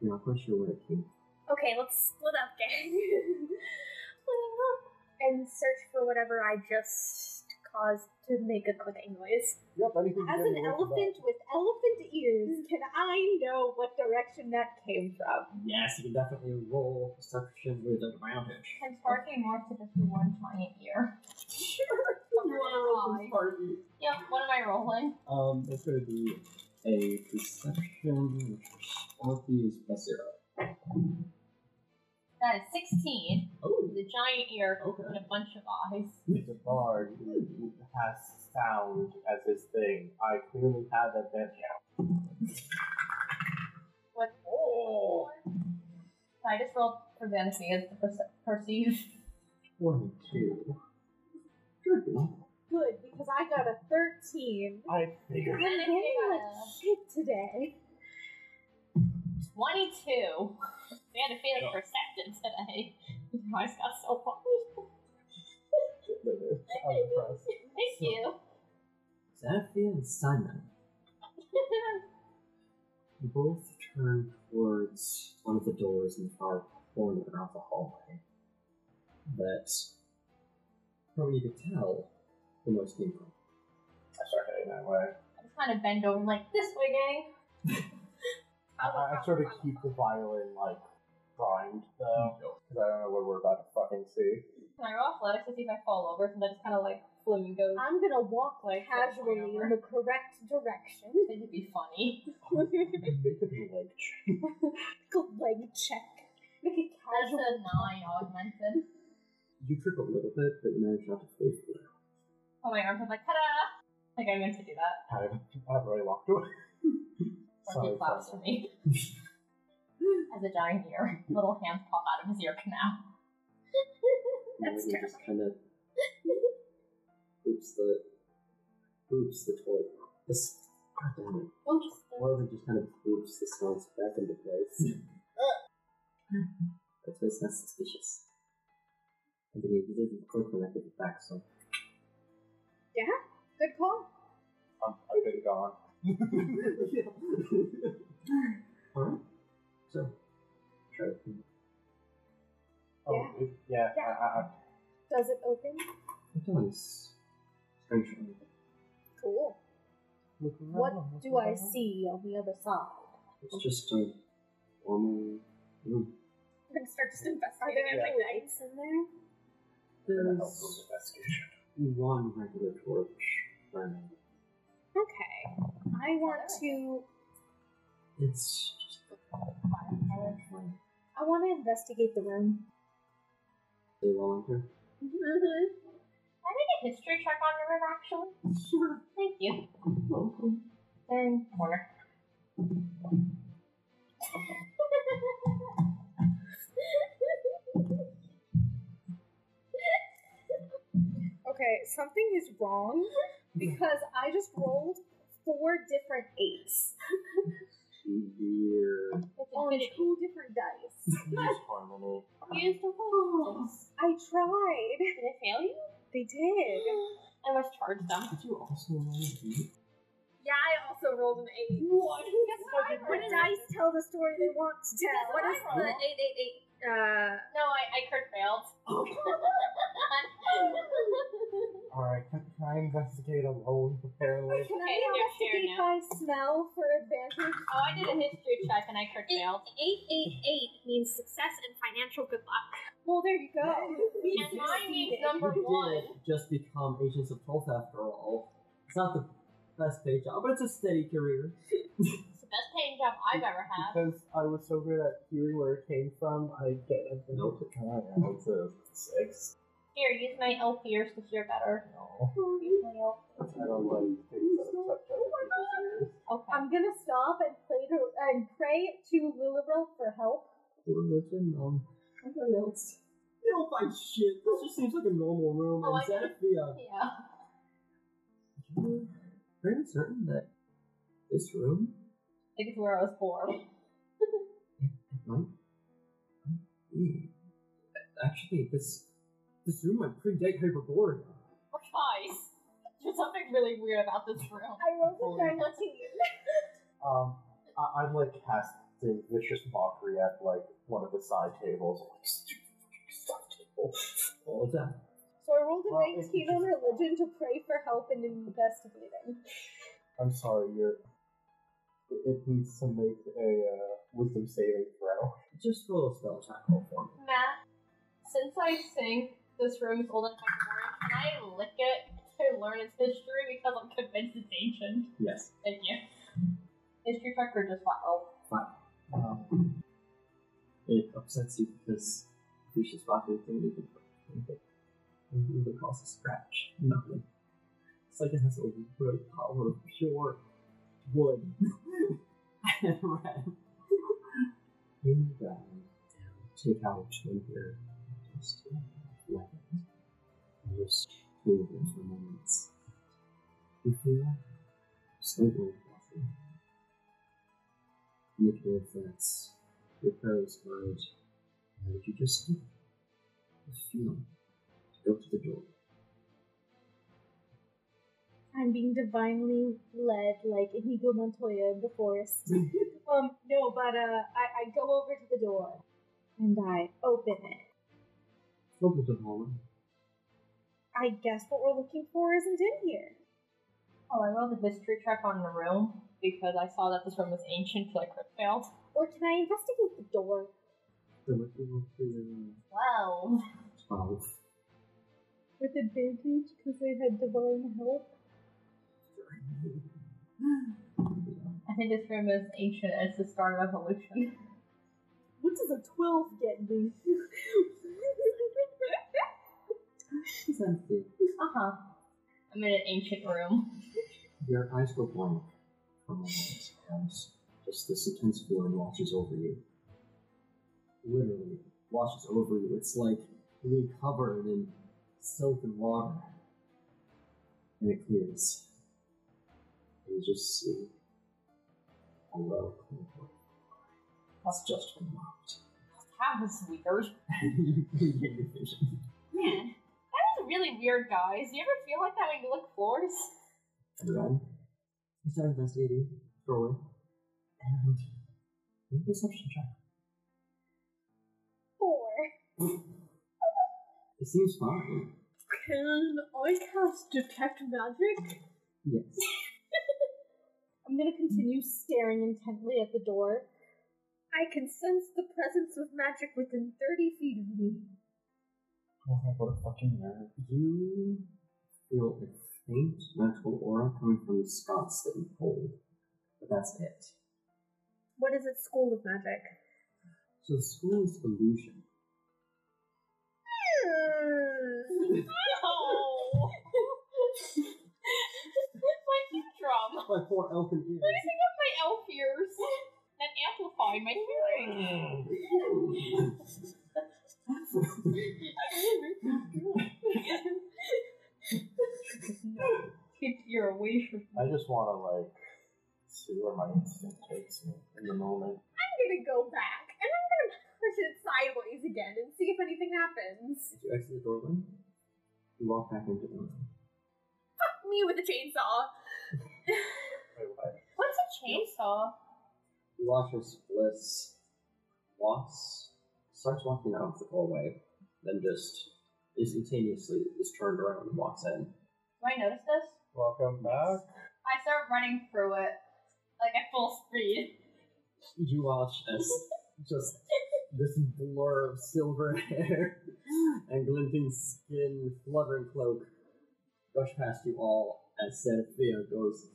S4: You're not quite sure where it came
S7: Okay, let's split up,
S12: *laughs*
S7: gang. Split up and search for whatever I just caused to make a clicking noise.
S3: Yep, anything
S5: As an elephant with elephant ears, can I know what direction that came from?
S4: from. Yes, you can definitely roll perception with advantage.
S2: Can Sparky morph to just be one giant ear?
S4: You are a party.
S2: Yep, what am I rolling?
S4: Um, that's going to be a perception, which Sparky is plus zero.
S2: That is 16.
S4: Oh,
S2: The giant ear and
S4: okay.
S2: a bunch of eyes.
S3: He's a bard who has sound as his thing. I clearly have that bent
S2: What?
S3: Oh.
S2: So I just rolled for vanity as the perce- perceive.
S4: 22. Good.
S5: Good, because I got a 13.
S3: I figured.
S5: I'm rolling like shit today.
S2: 22. Vanity is perceptive today. *laughs* You guys got so funny.
S3: I'm impressed.
S2: *laughs* Thank you.
S4: Xanthia and Simon. You both turn towards one of the doors in the far corner of the hallway. But from what you could tell, the noise came from.
S3: I start heading that way.
S2: I just kind of bend over and like, this way, gang.
S3: I, I- I sort of keep the violin like primed though, because I don't know what we're about to fucking see.
S2: Can I roll athletics to see if I fall over? Since I just kind of like flamingos.
S5: I'm gonna walk
S2: Like,
S5: casually
S2: going over.
S5: in the correct direction.
S2: It'd be funny.
S3: Make it a leg check.
S5: Go leg check. Make a
S2: That's a
S5: casual.
S2: nine augmented.
S4: You trip a little bit, but you manage not to fall through.
S2: Oh my arms, I'm like, ta-da! Like I meant to do that.
S3: I've, I've already walked away. *laughs*
S2: Or he
S3: Sorry,
S2: claps for
S3: Frank.
S2: me. As a giant ear, little hands pop out of his ear canal.
S4: And
S7: That's
S4: you just kind of oops the oops the toy. This god damn it.
S2: Oops.
S4: One of them just kind of oops the sounds back into place. That's why it's not suspicious. And then you didn't click when I put it back, so
S5: *laughs* Good call.
S3: I'm, I've been gone.
S4: Alright. So, sure.
S3: Oh, it, yeah. I, I, I,
S5: Does it open?
S4: It does. Strangely.
S5: Cool. What do I
S4: Mm-hmm.
S5: see on the other side?
S4: It's just a normal room.
S7: I'm gonna start just
S5: Are
S7: investigating
S5: there
S7: it.
S5: any lights in there?
S3: I help with
S4: There's
S3: investigation.
S4: one regular torch burning.
S5: Okay. I want to.
S4: It's just a
S5: I want to investigate the room.
S4: They will enter.
S7: Mm-hmm.
S2: Can I make a history check on the room, actually? Sure. Thank you. Then corner.
S5: Okay, something is wrong because I just rolled four different eights
S4: Weird.
S3: *laughs*
S5: on
S2: Infinity.
S5: two different dice.
S3: Use harmony.
S2: Use the whole.
S5: I tried.
S2: Did it fail you?
S5: They did.
S2: I was charged them.
S4: Did you also roll a D?
S7: Yeah, I also rolled an eight.
S2: What?
S5: But the dice tell the story they want to tell.
S7: What is the eight eight eight? Uh,
S2: No, I, I crit failed.
S3: Alright, can, can I investigate alone, apparently?
S2: Okay,
S5: Can I
S2: they're shared
S5: investigate
S2: now.
S5: by smell for advantage?
S2: oh, I did a history check and I crit failed.
S7: eight eight eight means success and financial good luck.
S5: Well, there you *laughs* go. We
S2: And mine means
S5: succeeded. *laughs*
S2: number
S4: You
S2: one.
S4: did just become Agents of Toth after all. It's not the best paid job, but it's a steady career.
S2: It's the best paying job I've ever had.
S3: Because I was so good at hearing where it came from, I get it.
S4: *laughs* Nope.
S3: Oh, yeah, it's a six.
S2: Here, use my elf ears because you're better.
S3: No.
S2: Use my elf.
S3: I don't like things that are touched on
S2: Okay.
S5: I'm gonna stop and play to, and pray to Lilibel for help.
S4: Religion, um, everybody else. You don't find shit. This just seems like a normal room.
S2: Oh, I-
S4: and Xenophia,
S2: Yeah.
S4: you're very certain that this room
S2: Like it's where I was born.
S4: It might be. Actually, this this room might predate Hyperborea.
S2: Guys, there's something really weird about this room.
S5: I rolled a 19.
S3: Um, I, I'm like casting vicious mockery at like one of the side tables. I'm like, stupid fucking side table.
S4: All the time.
S5: So I rolled a
S3: Well, if
S5: 19
S3: you
S5: on
S3: just-
S5: religion to pray for help and investigating.
S3: I'm sorry, you're. It, it needs to make a uh, wisdom saving throw.
S4: Just roll a spell attack roll for me.
S2: Matt, since I think this room is old enough to learn, can I lick it to learn its history because I'm convinced it's ancient?
S4: Yes.
S2: Thank you. History check or just flat roll?
S4: Um, it upsets you because Lucius Walker didn't even Maybe it cause a scratch. Nothing. It's like it has a great power of pure wood. and red. You guys take out two of your just weapons and just leave them for moments. You feel slightly awful negative that's your parents' mind, and you just do the feeling to go to the door.
S5: I'm being divinely led like Inigo Montoya in the
S3: *laughs*
S5: forest. um, no, but uh, I, I go over to the door and I open it.
S4: Open the hallway.
S5: I guess what we're looking for isn't in here.
S2: Oh, I rolled a history check on the room because I saw that this room was ancient, so I crit failed.
S5: Or can I investigate the door?
S4: So what do you uh, want
S2: Wow.
S4: for your *gasps* 12?
S5: With advantage because I had divine help.
S2: I think this room is ancient. It's the start of evolution. *laughs*
S5: What does a 12 get me?
S4: It's empty.
S2: Uh huh. I'm in an ancient room.
S4: Your eyes go blank for a moment as just this intense feeling washes over you. Literally washes over you. It's like being covered in soap and water. And it clears. And you just see a low cohort. That's just been *laughs* mopped.
S2: That was weird.
S4: you get your vision.
S2: Man, that was really weird, guys. Do you ever feel like that when you look floors? *laughs*
S4: Everyone, you start investigating doorway and make a perception check.
S5: *laughs* Four.
S4: It seems fine.
S12: Can I cast detect magic?
S4: Yes.
S5: I'm gonna continue staring intently at the door.
S12: I can sense the presence of magic within 30 feet of me.
S3: Oh, what a fucking nerd.
S4: You feel a faint natural aura coming from the sconce that you hold, but that's it.
S7: What is its school of magic?
S4: So the school is illusion.
S2: Oh. *laughs* my eardrum.
S4: My poor elfin
S2: I
S4: *laughs*
S2: think
S4: ears.
S2: of my elf ears that amplified my hearing. Keep your away from
S3: I just want to like see where my instinct takes me in the moment.
S7: I'm gonna go back and I'm gonna push it sideways again and see if anything happens.
S4: Did you exit the doorway? You walk back into the room.
S7: Me with a
S5: *laughs*
S7: chainsaw.
S3: Wait, what?
S2: What's a chainsaw?
S4: You watch as Bliss walks, starts walking out of the doorway, then just instantaneously is turned around and walks in.
S2: Do I notice this?
S3: Welcome back.
S2: I start running through it like at full speed.
S4: You watch as just this blur of silver *laughs* hair and glinting skin, fluttering cloak rush past you all as Seraphia goes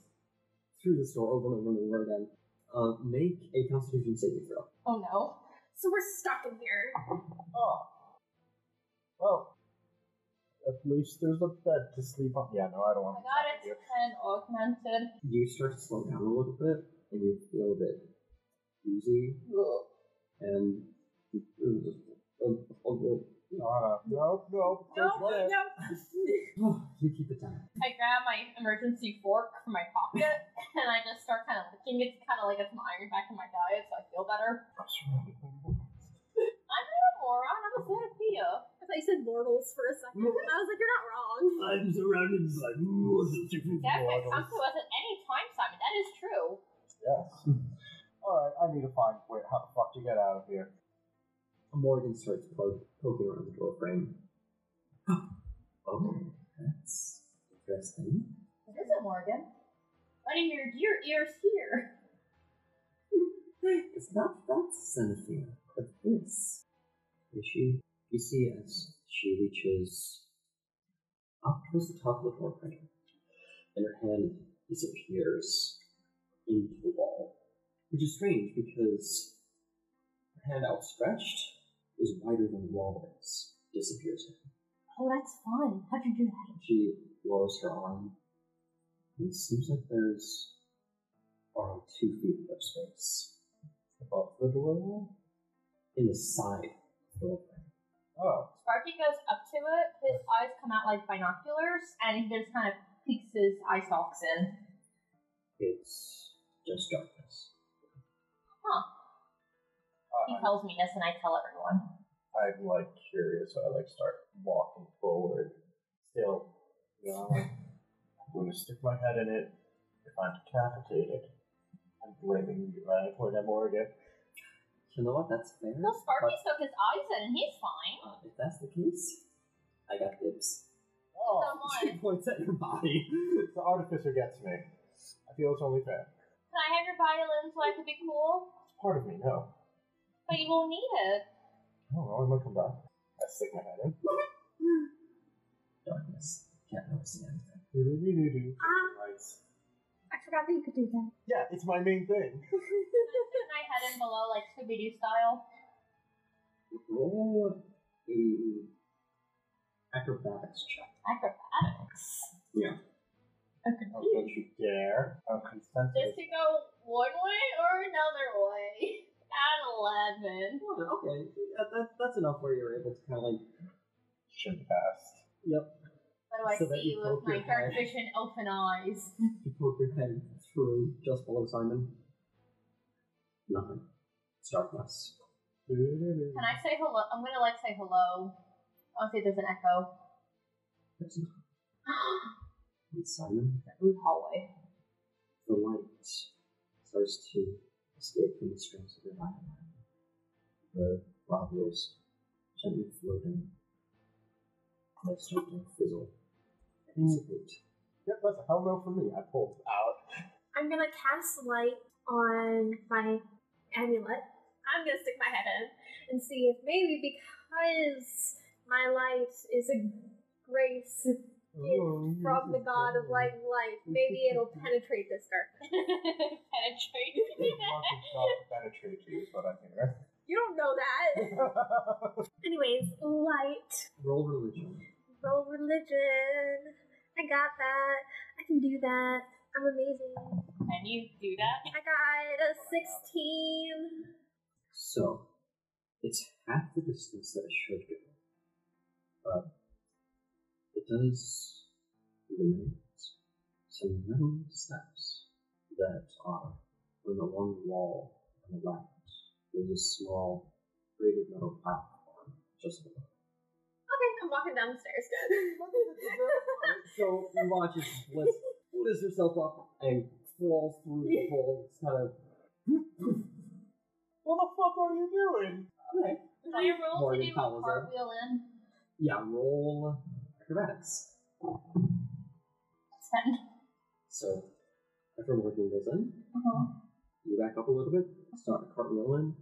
S4: through the store over and over and over again. Uh, make a constitution saving throw.
S2: Oh no.
S7: So we're stuck in here.
S3: Oh. Well, at least there's a bed to sleep on. Yeah, no, I don't
S2: I
S3: want to.
S2: got
S3: talk to
S2: it 10 augmented.
S4: You start to slow down a little bit and you feel a bit woozy and *sighs*
S3: you. Uh, no, no, don't do it.
S4: you keep it down.
S2: I grab my emergency fork from my pocket *laughs* and I just start kind of licking it, kind of like it's my iron back in my diet, so I feel better.
S3: I'm surrounded by morons.
S2: I'm not a moron, I'm a Xanathia.
S7: I thought you said mortals for a second. and I was like, you're not wrong.
S4: I'm surrounded by moons.
S2: Dad can come to
S3: Mortals.
S2: us at any time, Simon. That is true.
S3: Yes. *laughs* Alright, I need to find where, how the fuck to get out of here.
S4: Morgan starts po- poking around the door frame. oh, that's interesting.
S2: It isn't Morgan. Running your dear ears here.
S4: It's not that Xenophia, but this. And she, you see, as she reaches up towards the top of the door frame, and her hand disappears into the wall, which is strange because her hand outstretched is wider than the wall is. Disappears.
S2: Oh, that's fun. How'd you do
S7: *laughs*
S2: that?
S4: She lowers her arm. And it seems like there's around two feet of space
S3: Above the door?
S4: in the side of the door frame.
S3: Oh.
S2: Sparky goes up to it, his eyes come out like binoculars, and he just kind of peeks his eye stalks in.
S4: It's just darkness.
S2: He
S3: I, I'm,
S2: tells me this, and I tell everyone.
S3: I'm like curious, so I like start walking forward. Still, you know, I'm like, I'm gonna stick my head in it. If I'm decapitated, I'm blaming you, right? Or that Morgan.
S4: You know what? That's fair.
S2: Well, Sparky
S4: but,
S2: stuck his eyes in, and he's fine.
S4: uh, if that's the case, I got dibs.
S3: Oh,
S4: *laughs*
S2: Someone,
S4: points at your body.
S3: the artificer gets me. I feel it's only fair.
S2: can I have your violin so I could be cool?
S3: It's part of me, no.
S2: But you won't need it.
S3: I don't know, I might come back. I stick my head in.
S4: Darkness. Can't really see anything.
S3: Do-do-do-do-do.
S4: Um,
S7: Ah.
S3: Lights.
S7: I forgot that you could do that.
S3: Yeah, it's my main thing.
S2: Put my head in below, like Scooby Doo style.
S4: Roll a acrobatics check.
S2: Acrobatics.
S4: Yeah.
S2: Okay.
S3: Oh, don't you dare. Oh, I'm consenting.
S2: Just to go one way or another way. *laughs* At 11.
S4: Oh, okay, that, that, that's enough where you're able to kind of like,
S3: Shouldn't pass.
S4: yep,
S2: What do I
S4: So that
S2: see
S4: you
S2: with
S4: poke
S2: my
S4: your
S2: dark
S4: head.
S2: vision elfin eyes? *laughs*
S4: you poke your head through just below Simon. Nothing. It's darkness.
S3: Do-do-do.
S2: Can I say hello? I'm gonna like say hello. I want to see if there's an echo. *gasps*
S4: There's nothing. And Simon
S2: Rude hallway.
S4: the light starts to escape from the strings of your violin. The globules gently floating. They start to fizzle and dissipate.
S3: Yep, Hmm. that's a hell no for me. I pulled out.
S7: I'm gonna cast light on my amulet. I'm gonna stick my head in and see if maybe because my light is a grace gift from the god of like life. Maybe it'll penetrate this darkness.
S2: Penetrate.
S3: It wants to not penetrate you, is what I'm hearing.
S7: You don't know that. Anyways, light.
S4: Roll religion.
S7: Roll religion. I got that. I can do that. I'm amazing.
S2: Can you do that?
S4: *laughs*
S7: I got a 16.
S4: So, it's half the distance that it should go. But it does eliminate some metal steps that are on the one wall on the left. There's a small grated metal platform just below.
S7: Okay, I'm walking down the stairs.
S4: So you watch as Bliss lifts herself up and falls through the hole. It's kind of *laughs*
S3: what the fuck are you doing?
S4: okay.
S2: Can I roll to
S4: Morgan
S2: do a
S4: follows her.
S2: cartwheel in?
S4: Yeah, roll acrobatics.
S2: Ten.
S4: So after Morgan goes in,
S2: *laughs* Uh-huh.
S4: you back up a little bit, start cartwheeling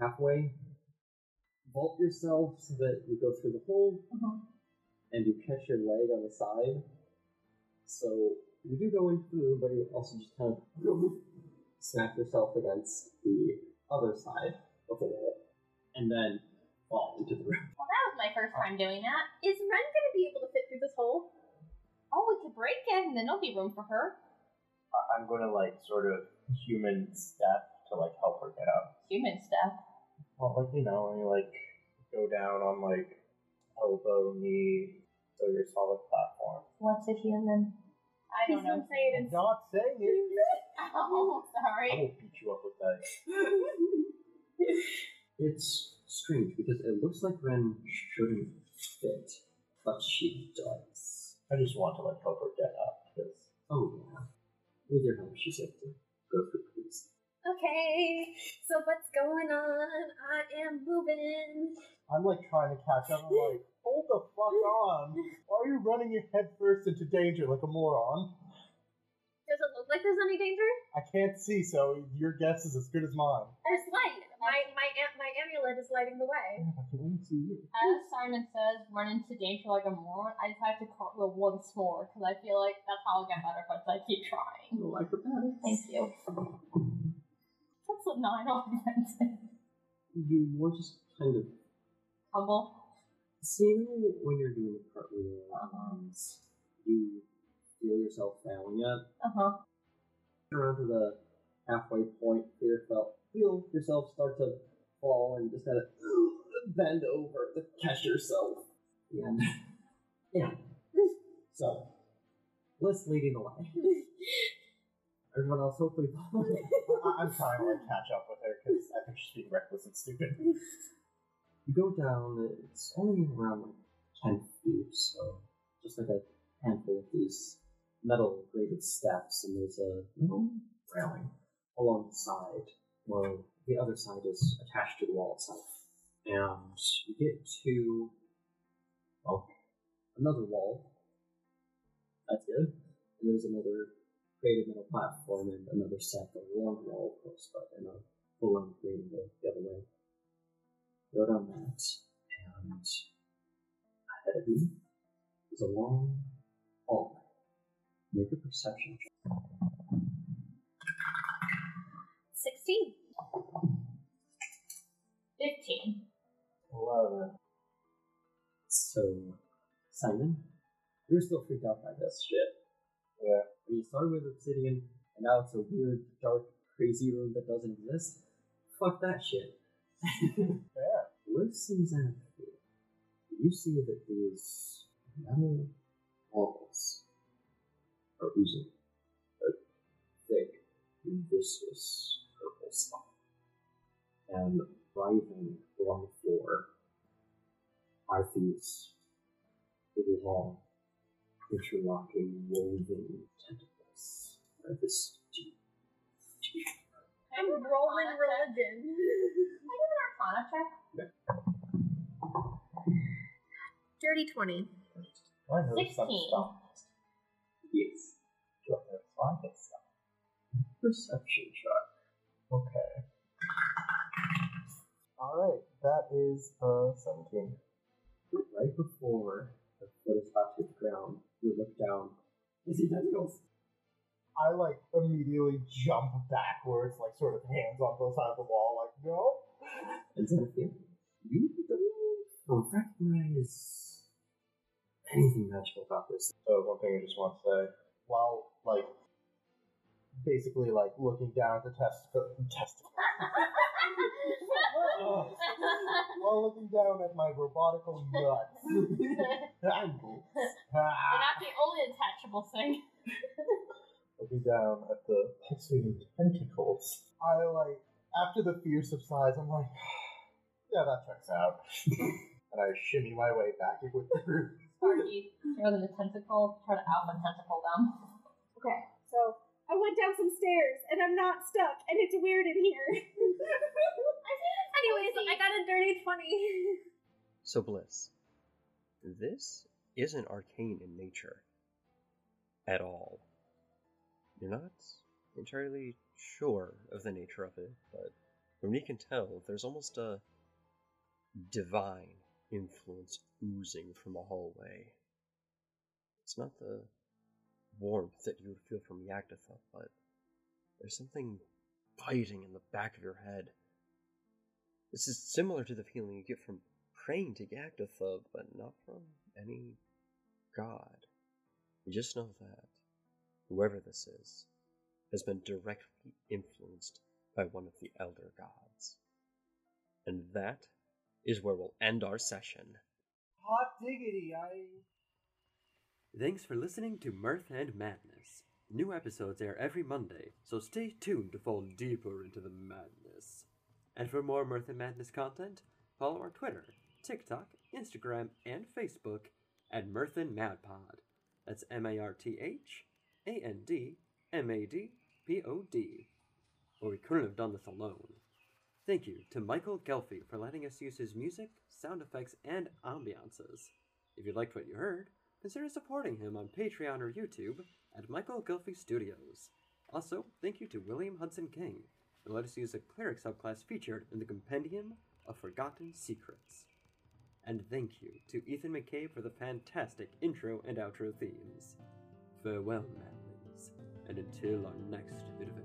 S4: halfway, vault yourself so that you go through the hole,
S2: Uh-huh.
S4: and you catch your leg on the side. So you do go in through, but you also just kind of smack yourself against the other side of the wall, and then fall into the room.
S2: Well, that was my first time doing that.
S7: Is Ren gonna be able to fit through this hole?
S2: Oh, we could break it, and then there'll be room for her.
S3: I- I'm gonna like sort of human step to like help her get up.
S2: Human stuff.
S3: Well, like you know, when you like go down on like elbow, knee, so you're solid platform.
S2: What's a human? I
S7: He's
S2: don't know.
S7: gonna say
S3: And not saying it,
S2: *laughs* Oh,
S3: I
S2: sorry.
S3: will beat you up with dice.
S4: *laughs* It's strange because it looks like Ren shouldn't fit, but she does.
S3: I just want to like help her get up because
S4: Oh yeah. With your help, she's able to go through please.
S7: Okay, so what's going on? I am moving.
S3: I'm like trying to catch up. I'm like, hold the fuck on. Why are you running your head first into danger like a moron?
S7: Does it look like there's any danger?
S3: I can't see, so your guess is as good as mine.
S7: There's light. My my am- my amulet is lighting the way.
S3: I can only see you.
S2: As Simon says, run into danger like a moron. I just have to cartwheel once more because I feel like that's how I'll get better once I keep trying.
S4: Roll acrobatics.
S2: Thank you. That's a nine on *laughs* offensive.
S4: You more just kind of
S2: Humble.
S7: *laughs*
S4: seeing when you're doing the cartwheel, um, you feel yourself failing up.
S2: Uh huh.
S4: Around to the halfway point, fear felt feel yourself start to fall and just kind of *gasps* bend over to catch yourself. And *laughs* yeah. So let's leading the way. Everyone else hopefully *laughs* follows.
S3: I- I'm trying to like catch up with her because I think she's being reckless and
S4: *laughs*
S3: stupid.
S4: You go down, it's only around like 10 feet, so just like a handful of these metal grated steps, and there's a metal railing along the side, while the other side is attached to the wall itself. And you get to, well, another wall. That's good. And there's another grated metal platform and another set of long wall, of course, but in a full length grating the the other way go down that, and ahead of you is a long hallway. Make a perception check.
S7: Sixteen.
S2: 15.
S3: Eleven.
S4: So, Simon, you're still freaked out by this shit.
S3: Yeah.
S4: When you started with obsidian, and now it's a weird, dark, crazy room that doesn't exist. Fuck that
S3: *laughs*
S4: shit.
S3: Fair.
S4: Listens after you. You see that these metal walls are oozing a thick, viscous purple slime, and writhing along the floor are these little long, interlocking, woven tentacles of this deep, deep
S7: I'm rolling
S2: Arcana check.
S7: religion.
S2: Can I give an arcana check?
S7: Dirty twenty.
S3: I noticed some
S2: 16.
S3: stuff.
S4: yes.
S3: Do I notice why I get stuff?
S4: perception check.
S3: Okay. All right. That is uh seventeen.
S4: right before the what is left of the ground. You look down. You see tentacles.
S3: I like immediately jump backwards, like sort of hands on both sides of the wall, like no.
S4: And Zenithia, you don't recognize anything magical about this.
S3: So one thing I just want to say, while like basically like looking down at the test test while looking down at my robotical nuts. *laughs* I'm
S2: They're
S3: ah,
S2: not the only attachable thing.
S3: looking down at the pulsating tentacles. I like after the fear subsides, I'm like, *sighs* yeah, that checks out. *laughs* and I shimmy my way back with the group.
S2: Sparky, throw them the tentacle, try to alpha tentacle them.
S5: Okay, so I went down some stairs and I'm not stuck and it's weird in
S7: *laughs*
S5: here.
S13: Anyways, I got a dirty 20.
S9: So, Bliss, this isn't arcane in nature at all. You're not entirely sure of the nature of it, but from what you can tell, there's almost a divine influence oozing from the hallway. It's not the warmth that you would feel from Yagdatha, but there's something biting in the back of your head. This is similar to the feeling you get from praying to Yagdatha, but not from any god. You just know that whoever this is has been directly influenced by one of the elder gods. And that is where we'll end our session.
S3: Hot diggity, I.
S1: Thanks for listening to Mirth and Madness. New episodes air every Monday, so stay tuned to fall deeper into the madness. And for more Mirth and Madness content, follow our Twitter, TikTok, Instagram, and Facebook at Mirth and Madpod. That's M A R T H A N D M A D P O D. Or we couldn't have done this alone. Thank you to Michael Gelfi for letting us use his music, sound effects, and ambiances. If you liked what you heard, consider supporting him on Patreon or YouTube at Michael Gilfie Studios. Also, thank you to William Hudson King who let us use a cleric subclass featured in the Compendium of Forgotten Secrets. And thank you to Ethan McCabe for the fantastic intro and outro themes. Farewell, madness, and until our next adventure.